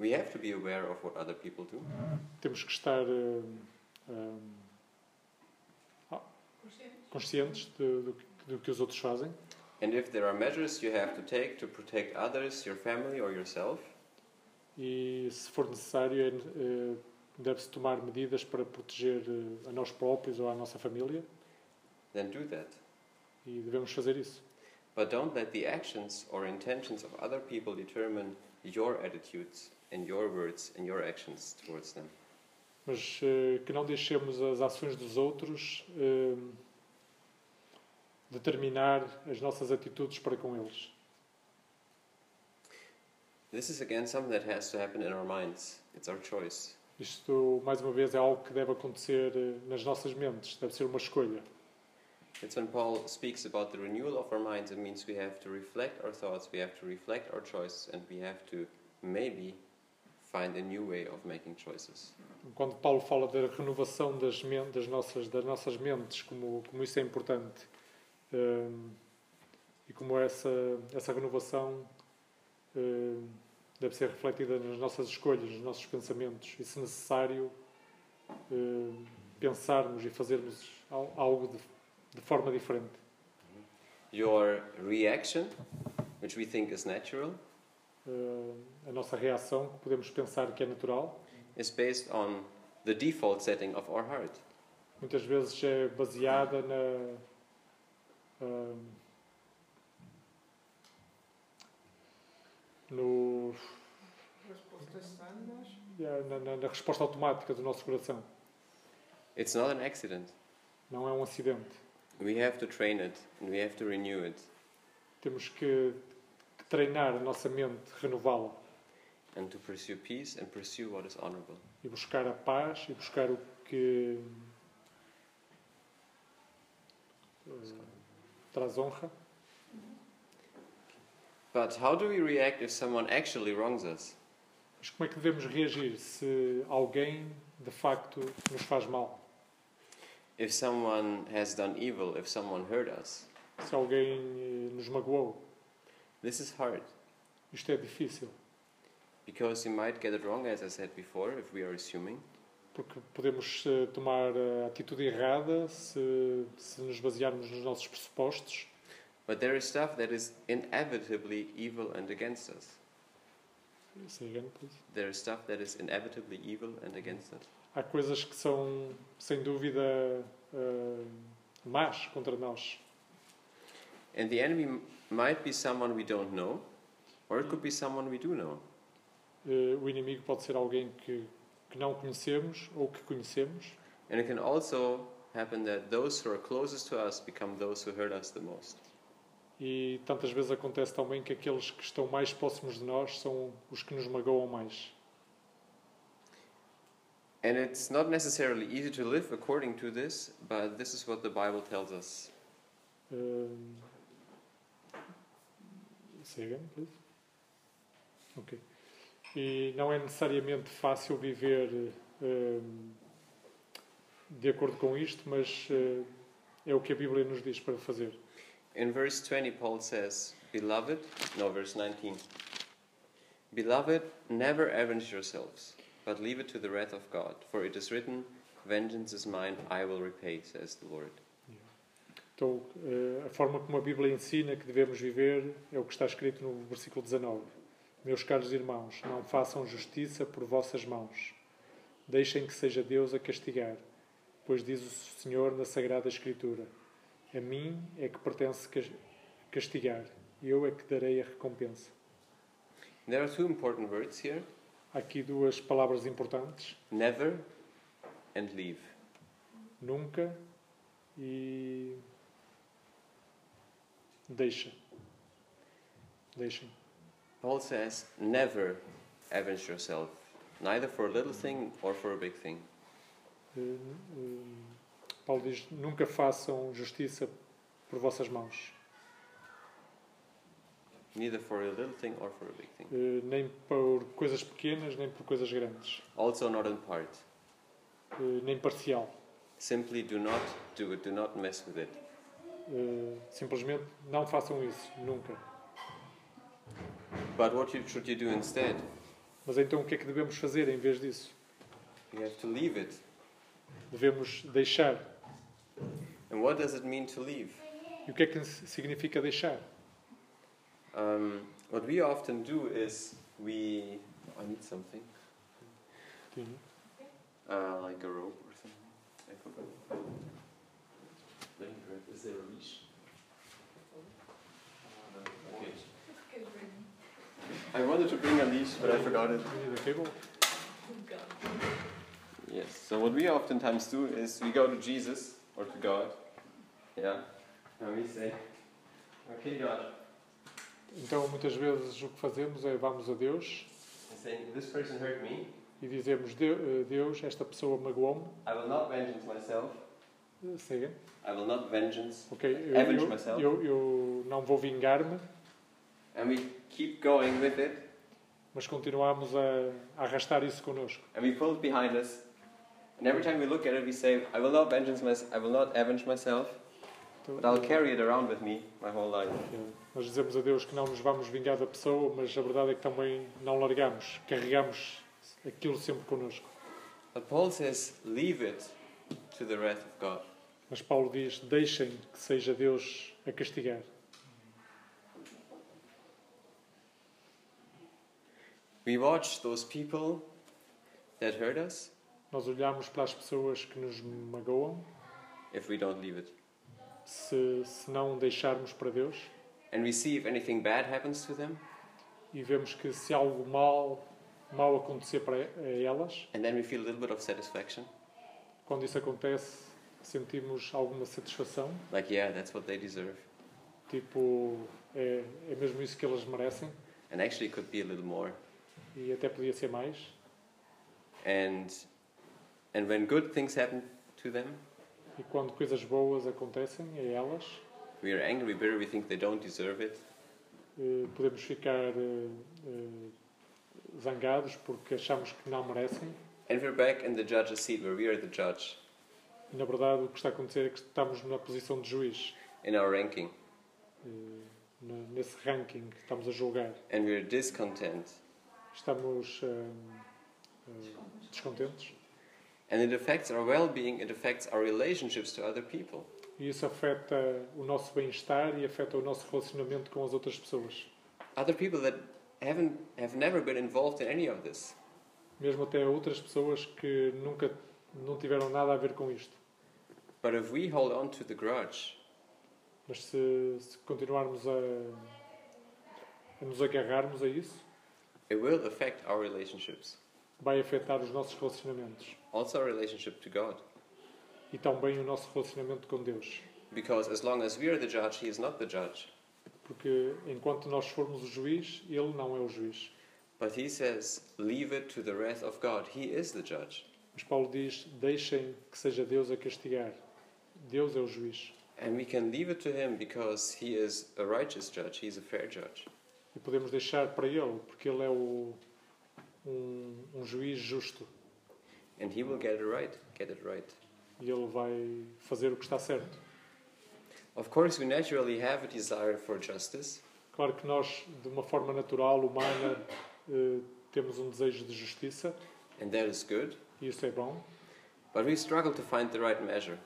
[SPEAKER 1] We have to be aware of what other people do.
[SPEAKER 2] Temos que estar eh, eh,
[SPEAKER 6] Conscientes?
[SPEAKER 2] conscientes de- do, que- do que os outros fazem.
[SPEAKER 1] And if there are measures you have to take to protect others, your family, or yourself,
[SPEAKER 2] e, se for necessário, é, eh, deve-se tomar medidas para proteger eh, a nós próprios ou à nossa família
[SPEAKER 1] then do that.
[SPEAKER 2] e devemos fazer isso.
[SPEAKER 1] But don't let the actions or intentions of other people determine your attitudes and your words and your actions towards them.
[SPEAKER 2] Mas eh, que não deixemos as ações dos outros eh, determinar as nossas atitudes para com eles.
[SPEAKER 1] This is again something that has to happen in our minds. It's our choice.
[SPEAKER 2] Isto, mais uma vez, é algo que deve acontecer eh, nas nossas mentes, deve ser uma escolha.
[SPEAKER 1] It's when Paul speaks about the renewal of our minds, it means we have to reflect our thoughts, we have to reflect our choices, and we have to maybe find a new way of making choices.
[SPEAKER 2] Quando Paulo fala da renovação das, men- das nossas, das nossas mentes, como, como isso é importante hum, e como essa, essa renovação hum, deve ser refletida nas nossas escolhas, nos nossos pensamentos e, se necessário, hum, pensarmos e fazermos al- algo de, de forma diferente.
[SPEAKER 1] Your reaction, which we think is natural,
[SPEAKER 2] Hum, a nossa reação, que podemos pensar que é natural,
[SPEAKER 1] is based on the default setting of our heart.
[SPEAKER 2] muitas vezes é baseada na. hum, no,
[SPEAKER 5] Resposta é sana, acho.
[SPEAKER 2] yeah, na, na- na resposta automática do nosso coração.
[SPEAKER 1] It's not an accident.
[SPEAKER 2] Não é um acidente.
[SPEAKER 1] We have to train it and we have to renew it.
[SPEAKER 2] Temos que, que treinar a nossa mente, renová-la
[SPEAKER 1] and to pursue peace and pursue what is honorable.
[SPEAKER 2] e buscar a paz e buscar o que eh, traz honra.
[SPEAKER 1] But how do we react if someone actually wrongs us?
[SPEAKER 2] Mas como é que devemos reagir se alguém de facto nos faz mal?
[SPEAKER 1] If someone has done evil, if someone hurt us?
[SPEAKER 2] Se alguém eh, nos magoou?
[SPEAKER 1] This is hard
[SPEAKER 2] Isto é difícil,
[SPEAKER 1] because you might get it wrong, as I said before, if we are assuming.
[SPEAKER 2] porque podemos eh, tomar a atitude errada se, se nos basearmos nos nossos pressupostos.
[SPEAKER 1] But there is stuff that is inevitably evil and against us.
[SPEAKER 2] Say again, please.
[SPEAKER 1] There is stuff that is inevitably evil and against us.
[SPEAKER 2] há coisas que são, sem dúvida, eh, más contra nós.
[SPEAKER 1] And the enemy m- might be someone we don't know, or it could be someone we do know.
[SPEAKER 2] Eh, o inimigo pode ser alguém que, que não conhecemos ou que conhecemos,
[SPEAKER 1] And it can also happen that those who are closest to us become those who hurt us the most.
[SPEAKER 2] e tantas vezes acontece também que aqueles que estão mais próximos de nós são os que nos magoam mais.
[SPEAKER 1] And it's not necessarily easy to live according to this, but this is what the Bible tells us.
[SPEAKER 2] Um, say again, please. Ok. E não é necessariamente fácil viver um, de acordo com isto, mas uh, é o que a Bíblia nos diz para fazer.
[SPEAKER 1] In verse 20, Paul says, Beloved, no, verse 19. Beloved, never avenge yourselves, but leave it to the wrath of God, for it is written, Vengeance is mine, I will repay, says the Lord.
[SPEAKER 2] Então, uh, a forma como a Bíblia ensina que devemos viver é o que está escrito no versículo 19. Meus caros irmãos, não façam justiça por vossas mãos. Deixem que seja Deus a castigar, pois diz o Senhor na Sagrada Escritura: A mim é que pertence cas- castigar, eu é que darei a recompensa.
[SPEAKER 1] There are two important words here
[SPEAKER 2] Há aqui duas palavras importantes:
[SPEAKER 1] never and leave.
[SPEAKER 2] nunca e deixa. Deixem.
[SPEAKER 1] Paul says, never avenge yourself, neither for a little thing or for a big thing.
[SPEAKER 2] Eh, eh, Paulo diz: nunca façam justiça por vossas mãos,
[SPEAKER 1] Neither for a little thing or for a big thing.
[SPEAKER 2] eh, nem por coisas pequenas, nem por coisas grandes,
[SPEAKER 1] Also, not in part.
[SPEAKER 2] eh, nem parcial.
[SPEAKER 1] Simply do not do it, do not mess with it.
[SPEAKER 2] Eh, Simplesmente não façam isso, nunca.
[SPEAKER 1] But what you, should you do instead?
[SPEAKER 2] Mas então o que é que devemos fazer em vez disso?
[SPEAKER 1] You have to leave it.
[SPEAKER 2] Devemos deixar.
[SPEAKER 1] And what does it mean to leave?
[SPEAKER 2] E o que é que significa deixar?
[SPEAKER 1] Um, what we often do is we. I need something,
[SPEAKER 2] Sim.
[SPEAKER 1] uh, like a rope or something. I forgot. Let me grab- Is there a leash? Okay.
[SPEAKER 6] Queres ver?
[SPEAKER 1] I wanted to bring a leash, but I forgot it.
[SPEAKER 2] E da cable?
[SPEAKER 6] um
[SPEAKER 1] Yes. So what we oftentimes do is we go to Jesus or to God. Yeah. And we say, Okay, God.
[SPEAKER 2] Então muitas vezes o que fazemos é vamos a Deus
[SPEAKER 1] I'm saying this person hurt me.
[SPEAKER 2] e dizemos: "Deu- eh, Deus, esta pessoa magoou-me.
[SPEAKER 1] I will not vengeance myself.
[SPEAKER 2] Eh, Siga.
[SPEAKER 1] I will not vengeance.
[SPEAKER 2] Ok, eu,
[SPEAKER 1] Avenge
[SPEAKER 2] eu-
[SPEAKER 1] myself.
[SPEAKER 2] eu- eu não vou vingar-me,
[SPEAKER 1] And we keep going with it.
[SPEAKER 2] mas continuamos a, a arrastar isso connosco.
[SPEAKER 1] and we pull it behind us. And every time we look at it, we say, "I will not vengeance my, I will not avenge myself,
[SPEAKER 2] Então,
[SPEAKER 1] but I'll carry it around with me my whole life."
[SPEAKER 2] eh, Nós dizemos a Deus que não nos vamos vingar da pessoa, mas a verdade é que também não largamos, carregamos aquilo sempre connosco.
[SPEAKER 1] But Paul says, "Leave it to the wrath of God."
[SPEAKER 2] Mas Paulo diz: deixem que seja Deus a castigar.
[SPEAKER 1] We watch those people that hurt us
[SPEAKER 2] Nós olhamos para as pessoas que nos magoam,
[SPEAKER 1] if we don't leave it,
[SPEAKER 2] se, se não deixarmos para Deus,
[SPEAKER 1] and we see if anything bad happens to them,
[SPEAKER 2] e vemos que se algo mal, mal acontecer para e- a elas,
[SPEAKER 1] and then we feel a little bit of satisfaction,
[SPEAKER 2] quando isso acontece, sentimos alguma satisfação,
[SPEAKER 1] like, "Yeah, that's what they deserve."
[SPEAKER 2] tipo, é, é mesmo isso que elas merecem,
[SPEAKER 1] And actually, it could be a little more.
[SPEAKER 2] e até podia ser mais.
[SPEAKER 1] And and when good things happen to them,
[SPEAKER 2] E quando coisas boas acontecem a elas,
[SPEAKER 1] we are angry, bitter. We think they don't deserve it.
[SPEAKER 2] eh, podemos ficar eh, eh, zangados porque achamos que não merecem.
[SPEAKER 1] And we're back in the judge's seat where we are the judge
[SPEAKER 2] E na verdade o que está a acontecer é que estamos na posição de juiz,
[SPEAKER 1] in our ranking
[SPEAKER 2] eh, na- nesse ranking que estamos a julgar.
[SPEAKER 1] and we're discontent.
[SPEAKER 2] Estamos hum, hum, descontentes
[SPEAKER 1] And it affects our well being, it affects our relationships to other people.
[SPEAKER 2] e isso afeta o nosso bem-estar e afeta o nosso relacionamento com as outras pessoas.
[SPEAKER 1] Other people that haven't have never been involved in any of this.
[SPEAKER 2] Mesmo até outras pessoas que nunca não tiveram nada a ver com isto.
[SPEAKER 1] But if we hold on to the grudge,
[SPEAKER 2] Mas se, se continuarmos a, a nos agarrarmos a isso,
[SPEAKER 1] it will affect our relationships.
[SPEAKER 2] vai afetar os nossos relacionamentos
[SPEAKER 1] Also our relationship to God.
[SPEAKER 2] e também o nosso relacionamento com Deus.
[SPEAKER 1] Because as long as we are the judge, he is not the judge.
[SPEAKER 2] Porque enquanto nós formos o juiz, ele não é o juiz.
[SPEAKER 1] But he says, Leave it to the wrath of God. He is the judge.
[SPEAKER 2] Mas Paulo diz: deixem que seja Deus a castigar. Deus é o juiz.
[SPEAKER 1] And we can leave it to him because he is a righteous judge, he is a fair judge.
[SPEAKER 2] E podemos deixar para ele, porque ele é o, um, um juiz justo.
[SPEAKER 1] And he will get it right, get it right.
[SPEAKER 2] E ele vai fazer o que está certo.
[SPEAKER 1] Of course, we naturally have a desire for justice,
[SPEAKER 2] Claro que nós, de uma forma natural, humana, eh, temos um desejo de justiça,
[SPEAKER 1] and that is good,
[SPEAKER 2] e isso é bom,
[SPEAKER 1] but we struggle to find the right measure.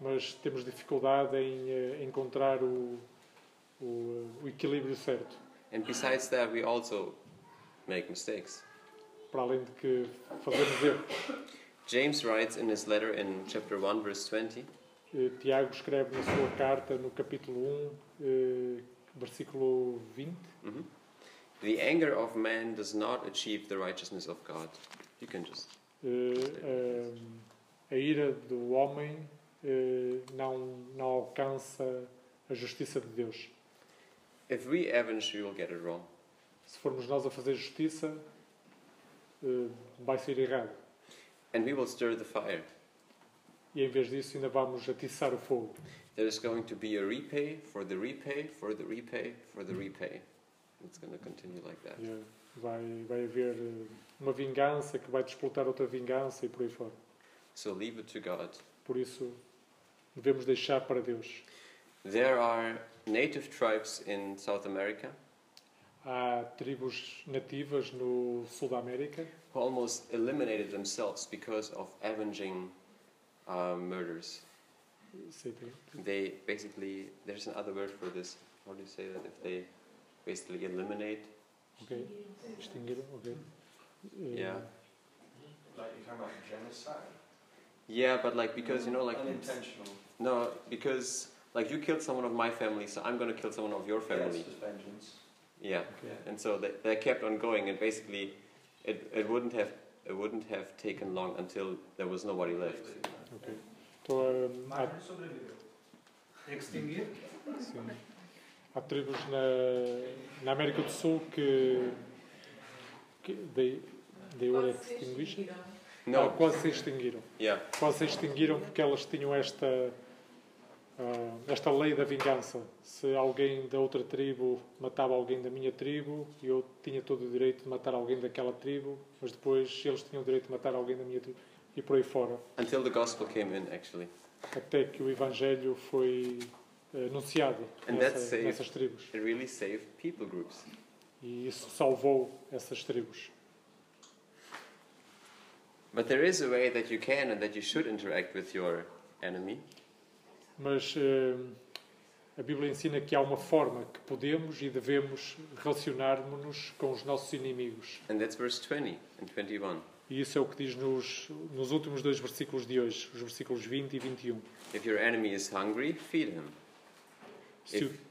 [SPEAKER 2] mas temos dificuldade em eh, encontrar o, o, eh, o equilíbrio certo.
[SPEAKER 1] And besides that, we also make mistakes.
[SPEAKER 2] Para além de que fazemos erros.
[SPEAKER 1] James writes in his letter in chapter 1, verse 20
[SPEAKER 2] eh, Tiago escreve na sua carta, no capítulo 1, eh, versículo 20.
[SPEAKER 1] hmm The anger of man does not achieve the righteousness of God. You can just.
[SPEAKER 2] eh, a, a ira do homem eh, não, não alcança a justiça de Deus.
[SPEAKER 1] If we avenge, we will get it wrong.
[SPEAKER 2] Se formos nós a fazer justiça, eh, vai ser errado.
[SPEAKER 1] And we will stir the fire.
[SPEAKER 2] E em vez disso, ainda vamos atiçar o fogo.
[SPEAKER 1] There is going to be a repay for the repay for the repay for the repay. It's going to continue like that.
[SPEAKER 2] E, eh, Vai, vai haver eh, uma vingança que vai disputar outra vingança e por aí fora.
[SPEAKER 1] So leave it to God.
[SPEAKER 2] Por isso, devemos deixar para Deus.
[SPEAKER 1] There are native tribes in South America
[SPEAKER 2] Há tribos nativas no sul da América
[SPEAKER 1] who almost eliminated themselves because of avenging uh, murders.
[SPEAKER 2] sei que-
[SPEAKER 1] They basically, there's another word for this. How do you say that? If they basically eliminate,
[SPEAKER 2] ok, extinguiram, ok. Eh,
[SPEAKER 1] yeah.
[SPEAKER 4] Like you're talking about genocide.
[SPEAKER 1] Yeah, but like, because, you know, like,
[SPEAKER 4] unintentional.
[SPEAKER 1] no, because, like, you killed someone of my family, so I'm gonna kill someone of your
[SPEAKER 4] Yeah,
[SPEAKER 1] family.
[SPEAKER 4] it's just vengeance.
[SPEAKER 1] Yeah.
[SPEAKER 2] ok.
[SPEAKER 1] And so they, they kept on going, and basically, it, it wouldn't have it wouldn't have taken long until there was nobody left.
[SPEAKER 2] Ok. Então, hum, há,
[SPEAKER 5] Martin sobreviveu. Ah. Extinguir?
[SPEAKER 2] sim. Há tribos na, na América do Sul que. que they, they were
[SPEAKER 6] Quase se
[SPEAKER 2] extinguished.
[SPEAKER 6] extinguiram.
[SPEAKER 1] No.
[SPEAKER 2] Ah, quase se extinguiram.
[SPEAKER 1] Yeah.
[SPEAKER 2] Quase se extinguiram porque elas tinham esta. ah, esta lei da vingança. Se alguém da outra tribo matava alguém da minha tribo, eu tinha todo o direito de matar alguém daquela tribo, mas depois eles tinham o direito de matar alguém da minha tribo e por aí fora.
[SPEAKER 1] Until the gospel came in, actually.
[SPEAKER 2] Até que o Evangelho foi eh, anunciado
[SPEAKER 1] And
[SPEAKER 2] nessa-
[SPEAKER 1] that's safe.
[SPEAKER 2] nessas tribos.
[SPEAKER 1] It really saved people groups.
[SPEAKER 2] E isso salvou essas tribos.
[SPEAKER 1] But there is a way that you can and that you should interact with your enemy.
[SPEAKER 2] Mas eh, a Bíblia ensina que há uma forma que podemos e devemos relacionarmos-nos com os nossos inimigos.
[SPEAKER 1] And that's verse 20 and 21.
[SPEAKER 2] E isso é o que diz nos, nos últimos dois versículos de hoje, os versículos 20 e 21.
[SPEAKER 1] If your enemy is hungry, feed him.
[SPEAKER 2] Se, o-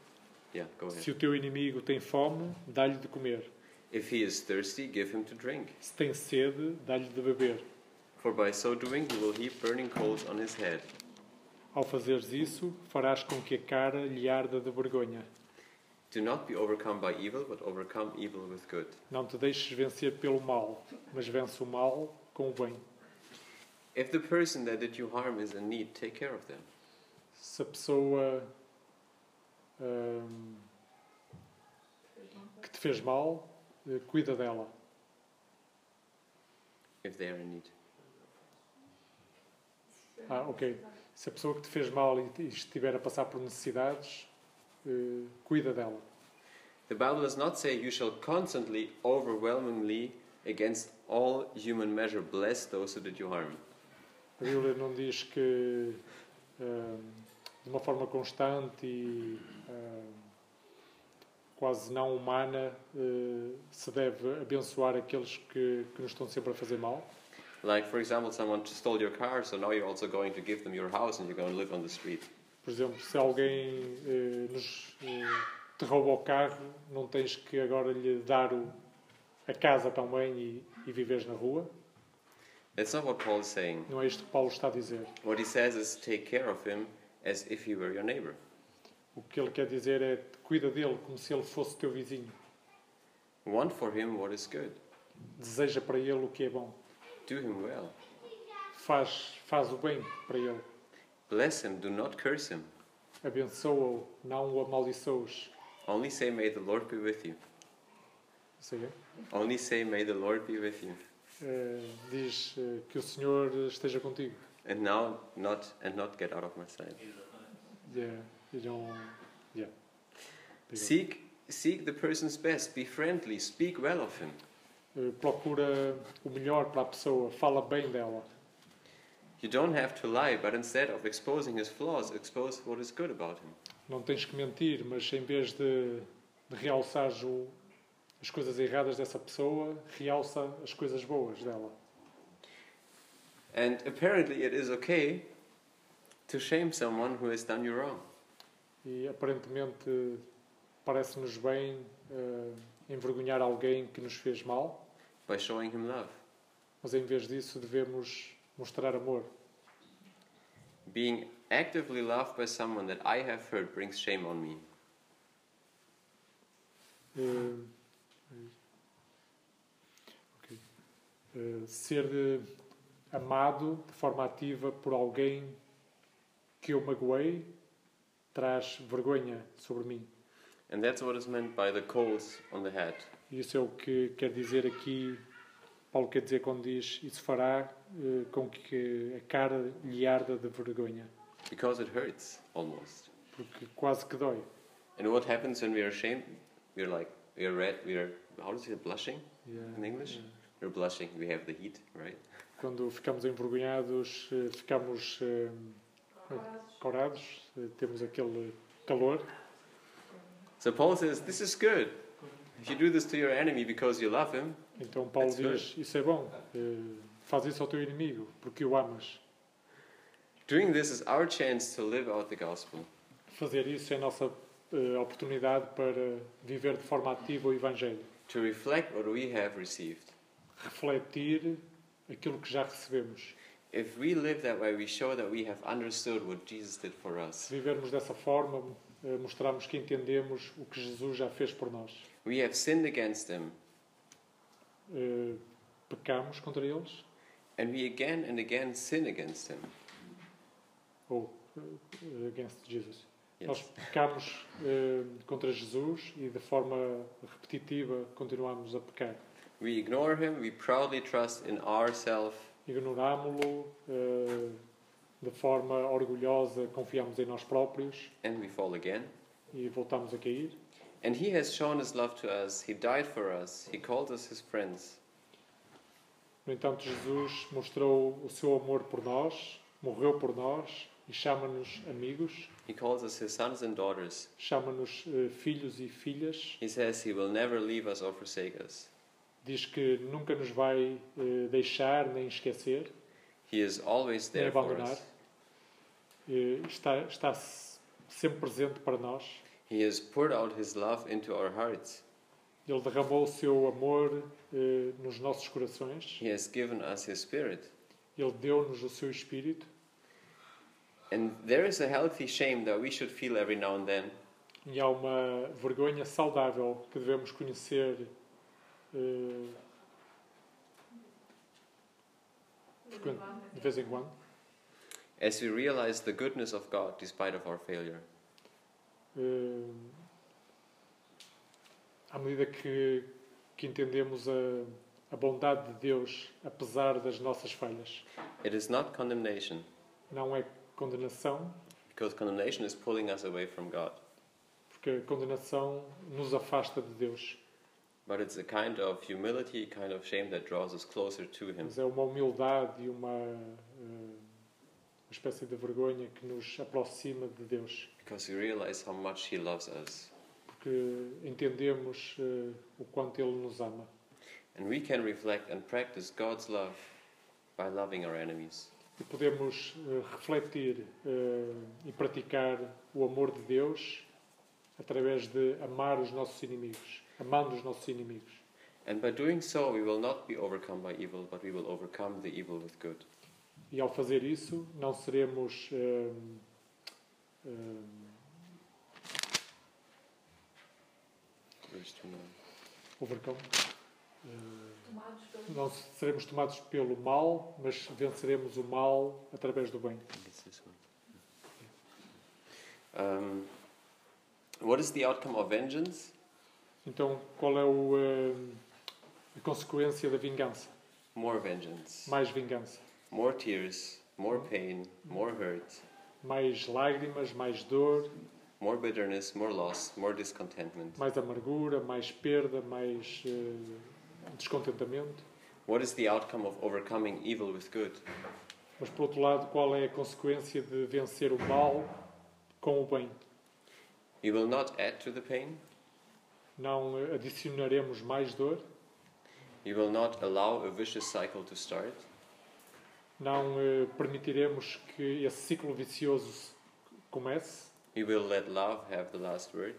[SPEAKER 1] Yeah, go
[SPEAKER 2] se
[SPEAKER 1] ahead.
[SPEAKER 2] o teu inimigo tem fome, dá-lhe de comer.
[SPEAKER 1] If he is thirsty, give him to drink.
[SPEAKER 2] Se tem sede, dá-lhe de beber.
[SPEAKER 1] For by so doing, you will heap burning coals on his head.
[SPEAKER 2] Ao fazeres isso, farás com que a cara lhe arda de vergonha.
[SPEAKER 1] Do not be overcome by evil, but overcome evil with good.
[SPEAKER 2] Não te deixes vencer pelo mal, mas vence o mal com o bem.
[SPEAKER 1] If the person that did you harm is in need, take care of them.
[SPEAKER 2] Se a pessoa hum, que te fez mal, eh, cuida dela.
[SPEAKER 1] If they are in need.
[SPEAKER 2] Ah, ok. Se a pessoa que te fez mal e e estiver a passar por necessidades, eh, cuida dela.
[SPEAKER 1] The Bible does not say you shall constantly, overwhelmingly, against all human measure, bless those who did you harm.
[SPEAKER 2] A Bíblia não diz que hum, de uma forma constante e hum, quase não humana eh, se deve abençoar aqueles que, que nos estão sempre a fazer mal.
[SPEAKER 1] Like, for example, someone stole your car, so now you're also going to give them your house and you're going to live on the street.
[SPEAKER 2] Por exemplo, se alguém eh, nos, eh, te rouba o carro, não tens que agora lhe dar o, a casa também e, e viveres na rua.
[SPEAKER 1] That's not what Paul is saying.
[SPEAKER 2] Não é isto que Paulo está a dizer.
[SPEAKER 1] What he says is take care of him as if he were your neighbor.
[SPEAKER 2] O que ele quer dizer é cuida dele como se ele fosse teu vizinho.
[SPEAKER 1] Want for him what is good.
[SPEAKER 2] Deseja para ele o que é bom.
[SPEAKER 1] Do him well.
[SPEAKER 2] Faz, faz o bem para ele.
[SPEAKER 1] Bless him, do not curse him.
[SPEAKER 2] Abençoa-o, não o amaldiçoes.
[SPEAKER 1] Only say, May the Lord be with you.
[SPEAKER 2] Isso aí.
[SPEAKER 1] Only say, May the Lord be with you.
[SPEAKER 2] Eh, diz eh, que o Senhor esteja contigo.
[SPEAKER 1] And now, not and not get out of my sight.
[SPEAKER 2] Yeah. E não- yeah.
[SPEAKER 1] Seek seek the person's best. Be friendly. Speak well of him.
[SPEAKER 2] Eh, procura o melhor para a pessoa, fala bem dela.
[SPEAKER 1] You don't have to lie, but instead of exposing his flaws, expose what is good about him.
[SPEAKER 2] Não tens que mentir, mas em vez de, de realçar as coisas erradas dessa pessoa, realça as coisas boas dela.
[SPEAKER 1] And apparently, it is okay to shame someone who has done you wrong.
[SPEAKER 2] E aparentemente parece-nos bem eh, envergonhar alguém que nos fez mal,
[SPEAKER 1] by showing him love.
[SPEAKER 2] mas em vez disso devemos mostrar amor.
[SPEAKER 1] Being actively loved by someone that I have hurt brings shame on me.
[SPEAKER 2] Eh, ok. Eh, ser eh, amado de forma ativa por alguém que eu magoei traz vergonha sobre mim.
[SPEAKER 1] And that's what is meant by the coals on the head.
[SPEAKER 2] E Isso é o que quer dizer aqui, Paulo quer dizer quando diz: Isso fará eh, com que a cara lhe arda de vergonha,
[SPEAKER 1] Because it hurts almost.
[SPEAKER 2] porque quase que dói.
[SPEAKER 1] And what happens when we are ashamed? We're like, we're red, we're, how do you say, it? blushing?
[SPEAKER 2] Yeah.
[SPEAKER 1] In English? We're blushing, we have the heat, right?
[SPEAKER 2] eh, Quando ficamos envergonhados, eh, ficamos eh, corados, eh, temos aquele calor.
[SPEAKER 1] So Paul says, this is good. If you do this to your enemy because you love him,
[SPEAKER 2] Então Paulo
[SPEAKER 1] That's
[SPEAKER 2] diz: Isso é bom, eh, faz isso ao teu inimigo, porque o amas.
[SPEAKER 1] doing this is our chance to live out the gospel.
[SPEAKER 2] Fazer isso é a nossa eh, oportunidade para viver de forma ativa o Evangelho,
[SPEAKER 1] to reflect what we have received.
[SPEAKER 2] refletir aquilo que já recebemos.
[SPEAKER 1] If we live that way, we show that we have understood what Jesus did for us.
[SPEAKER 2] Se vivermos dessa forma, eh, mostramos que entendemos o que Jesus já fez por nós.
[SPEAKER 1] We have sinned against him,
[SPEAKER 2] Eh, Pecamos contra eles,
[SPEAKER 1] and we again and again sin against him.
[SPEAKER 2] ou eh, against Jesus. Nós
[SPEAKER 1] Yes.
[SPEAKER 2] pecamos eh, contra Jesus e de forma repetitiva continuamos a pecar.
[SPEAKER 1] We ignore him, we proudly trust in ourselves,
[SPEAKER 2] Ignorámo-lo eh, de forma orgulhosa, confiamos em nós próprios
[SPEAKER 1] and we fall again.
[SPEAKER 2] e voltamos a cair.
[SPEAKER 1] And he has shown his love to us, he died for us, he called us his friends.
[SPEAKER 2] No entanto, Jesus mostrou o seu amor por nós, morreu por nós e chama-nos amigos.
[SPEAKER 1] He calls us his sons and daughters.
[SPEAKER 2] chama-nos eh, filhos e filhas,
[SPEAKER 1] He says he will never leave us or forsake us.
[SPEAKER 2] diz que nunca nos vai eh, deixar nem esquecer,
[SPEAKER 1] He is always there
[SPEAKER 2] nem
[SPEAKER 1] for
[SPEAKER 2] abandonar,
[SPEAKER 1] us.
[SPEAKER 2] Eh, está, está se- sempre presente para nós.
[SPEAKER 1] He has poured out his love into our hearts.
[SPEAKER 2] Ele derramou o seu amor eh, nos nossos corações,
[SPEAKER 1] He has given us His Spirit.
[SPEAKER 2] ele deu-nos o seu espírito
[SPEAKER 1] And there is a healthy shame that we should feel every now and then.
[SPEAKER 2] e há uma vergonha saudável que devemos conhecer. eh, frequente- de vez em quando,
[SPEAKER 1] As we realize the goodness of God despite of our failure.
[SPEAKER 2] Eh, à medida que, que entendemos a, a bondade de Deus, apesar das nossas falhas,
[SPEAKER 1] It is not condemnation,
[SPEAKER 2] não é condenação,
[SPEAKER 1] because condemnation is pulling us away from God.
[SPEAKER 2] porque a condenação nos afasta de Deus,
[SPEAKER 1] But it's a kind of humility, kind of shame that draws us closer to Him.
[SPEAKER 2] mas é uma humildade e uma, eh, uma espécie de vergonha que nos aproxima de Deus,
[SPEAKER 1] Because we realize how much He loves us.
[SPEAKER 2] porque entendemos eh, o quanto Ele nos ama.
[SPEAKER 1] And we can reflect and practice God's love by loving our enemies.
[SPEAKER 2] e podemos eh, refletir eh, e praticar o amor de Deus através de amar os nossos inimigos, amando os nossos inimigos.
[SPEAKER 1] And by doing so, we will not be overcome by evil, but we will overcome the evil with good.
[SPEAKER 2] E ao fazer isso, não seremos eh, eh,
[SPEAKER 1] Verse 29.
[SPEAKER 2] overcome, eh,
[SPEAKER 6] Tomados pelo
[SPEAKER 2] não seremos tomados pelo mal, mas venceremos o mal através do bem.
[SPEAKER 1] think it's this one. Um, what is the outcome of vengeance?
[SPEAKER 2] Então, qual é o, eh, a consequência da vingança?
[SPEAKER 1] More vengeance,
[SPEAKER 2] Mais vingança,
[SPEAKER 1] more tears, more pain, more hurt,
[SPEAKER 2] mais lágrimas, mais dor,
[SPEAKER 1] more bitterness, more loss, more discontentment.
[SPEAKER 2] mais amargura, mais perda, mais eh, descontentamento.
[SPEAKER 1] What is the outcome of overcoming evil with good?
[SPEAKER 2] Mas por outro lado, qual é a consequência de vencer o mal com o bem?
[SPEAKER 1] You will not add to the pain.
[SPEAKER 2] Não eh, adicionaremos mais dor,
[SPEAKER 1] You will not allow a vicious cycle to start.
[SPEAKER 2] Não eh, permitiremos que esse ciclo vicioso se comece.
[SPEAKER 1] We will let love have the last word.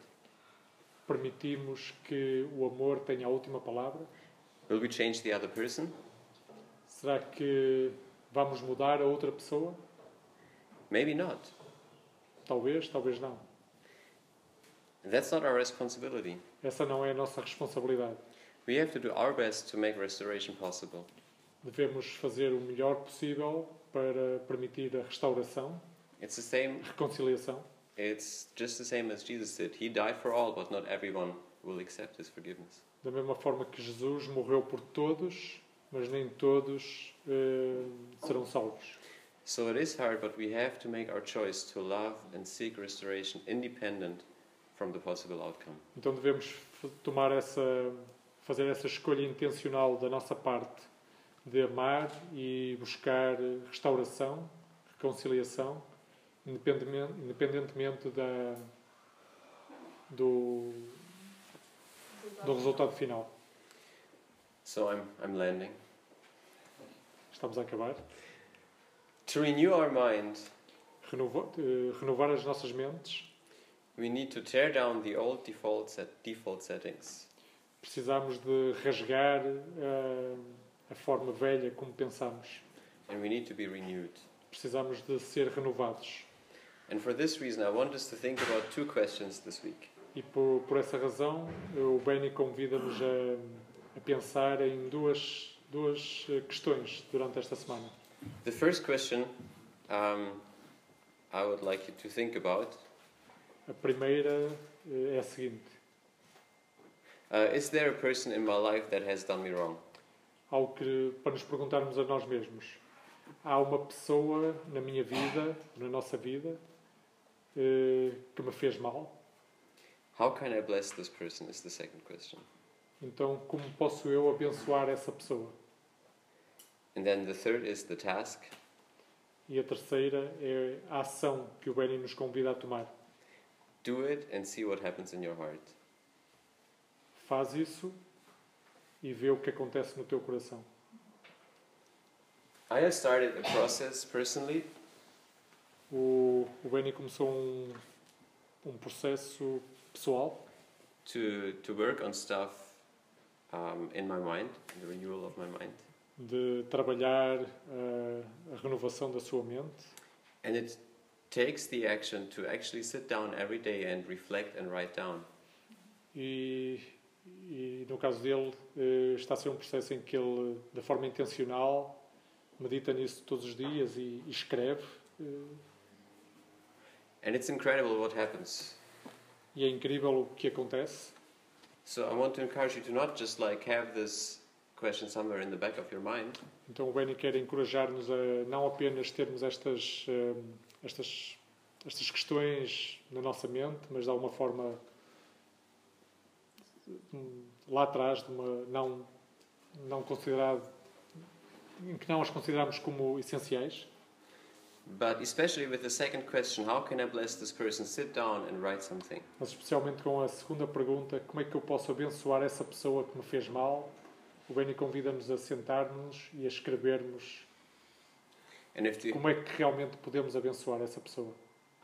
[SPEAKER 2] Permitimos que o amor tenha a última palavra.
[SPEAKER 1] Will we change the other person?
[SPEAKER 2] Será que vamos mudar a outra pessoa?
[SPEAKER 1] Maybe not.
[SPEAKER 2] Talvez, talvez não.
[SPEAKER 1] That's not our responsibility.
[SPEAKER 2] Essa não é a nossa responsabilidade.
[SPEAKER 1] We have to do our best to make restoration possible.
[SPEAKER 2] Devemos fazer o melhor possível para permitir a restauração,
[SPEAKER 1] It's the same,
[SPEAKER 2] a reconciliação.
[SPEAKER 1] it's just the same as Jesus did. He died for all, but not everyone will accept his forgiveness.
[SPEAKER 2] Da mesma forma que Jesus morreu por todos, mas nem todos eh, serão salvos.
[SPEAKER 1] So it is hard, but we have to make our choice to love and seek restoration independent from the possible outcome.
[SPEAKER 2] Então devemos f- tomar essa, fazer essa escolha intencional da nossa parte de amar e buscar restauração, reconciliação, independemen- independentemente da, do, do resultado final.
[SPEAKER 1] So I'm, I'm landing.
[SPEAKER 2] Estamos a acabar.
[SPEAKER 1] To renew our mind,
[SPEAKER 2] Renova- eh, renovar as nossas mentes.
[SPEAKER 1] we need to tear down the old default, set, default settings.
[SPEAKER 2] Precisamos de rasgar eh, a forma velha como pensamos.
[SPEAKER 1] and we need to be renewed.
[SPEAKER 2] Precisamos de ser renovados.
[SPEAKER 1] And for this reason, I want us to think about two questions this week.
[SPEAKER 2] E por, por essa razão, o Benny convida-nos a, a pensar em duas, duas eh, questões durante esta semana.
[SPEAKER 1] The first question um, I would like you to think about
[SPEAKER 2] A primeira eh, é a seguinte:
[SPEAKER 1] uh, Is there a person in my life that has done me wrong?
[SPEAKER 2] ao que, para nos perguntarmos a nós mesmos, há uma pessoa na minha vida, na nossa vida, eh, que me fez mal?
[SPEAKER 1] How can I bless this person? Is the second question.
[SPEAKER 2] Então, como posso eu abençoar essa pessoa?
[SPEAKER 1] And then the third is the task.
[SPEAKER 2] E a terceira é a ação que o Benny nos convida a tomar.
[SPEAKER 1] Do it and see what happens in your heart.
[SPEAKER 2] Faz isso e vê o que acontece no teu coração.
[SPEAKER 1] I have started a process personally
[SPEAKER 2] O, o Benny começou um, um processo pessoal
[SPEAKER 1] to, to work on stuff um, in my mind, the renewal of my mind.
[SPEAKER 2] de trabalhar eh, a renovação da sua mente
[SPEAKER 1] And it takes the action to actually sit down every day and reflect and write down
[SPEAKER 2] e, e no caso dele eh, está a ser um processo em que ele de forma intencional medita nisso todos os dias e, e escreve eh,
[SPEAKER 1] And it's incredible what happens.
[SPEAKER 2] e é incrível o que acontece
[SPEAKER 1] So I want to encourage you to not just like have this question somewhere in the back of your mind,
[SPEAKER 2] então o Benny quer encorajar-nos a não apenas termos estas eh, estas estas questões na nossa mente mas de alguma forma hum, lá atrás de uma não não considerado em que não as consideramos como essenciais
[SPEAKER 1] but especially with the second question, how can I bless this person? Sit down and write something.
[SPEAKER 2] mas especialmente com a segunda pergunta, como é que eu posso abençoar essa pessoa que me fez mal? O Benny convida-nos a sentarmos e a escrevermos
[SPEAKER 1] And if you
[SPEAKER 2] como é que realmente podemos abençoar essa pessoa,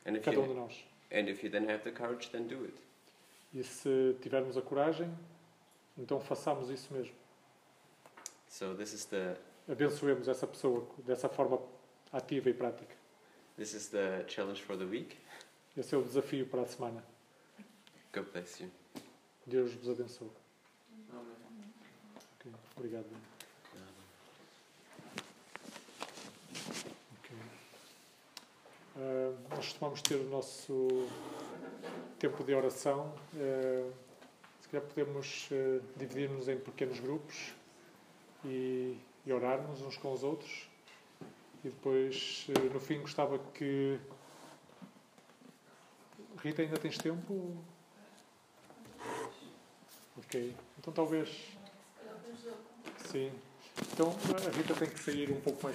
[SPEAKER 1] and if
[SPEAKER 2] cada um de
[SPEAKER 1] you
[SPEAKER 2] nós.
[SPEAKER 1] and if you then have the courage, then do it.
[SPEAKER 2] E se tivermos a coragem, então façamos isso mesmo.
[SPEAKER 1] So this is the
[SPEAKER 2] Abençoemos essa pessoa dessa forma ativa e prática.
[SPEAKER 1] this is the challenge for the week.
[SPEAKER 2] Esse é o desafio para a semana.
[SPEAKER 1] God bless you.
[SPEAKER 2] Deus vos abençoe.
[SPEAKER 5] Amém.
[SPEAKER 2] Ok, Obrigado. Benny. Ok. Ah, nós costumamos ter o nosso tempo de oração. Ah, se calhar podemos ah, dividir-nos em pequenos grupos e, e orarmos uns com os outros. E depois, ah, no fim, gostava que. Rita, ainda tens tempo? Ok. Então, talvez. Sim. Então, a Rita tem que sair um pouco mais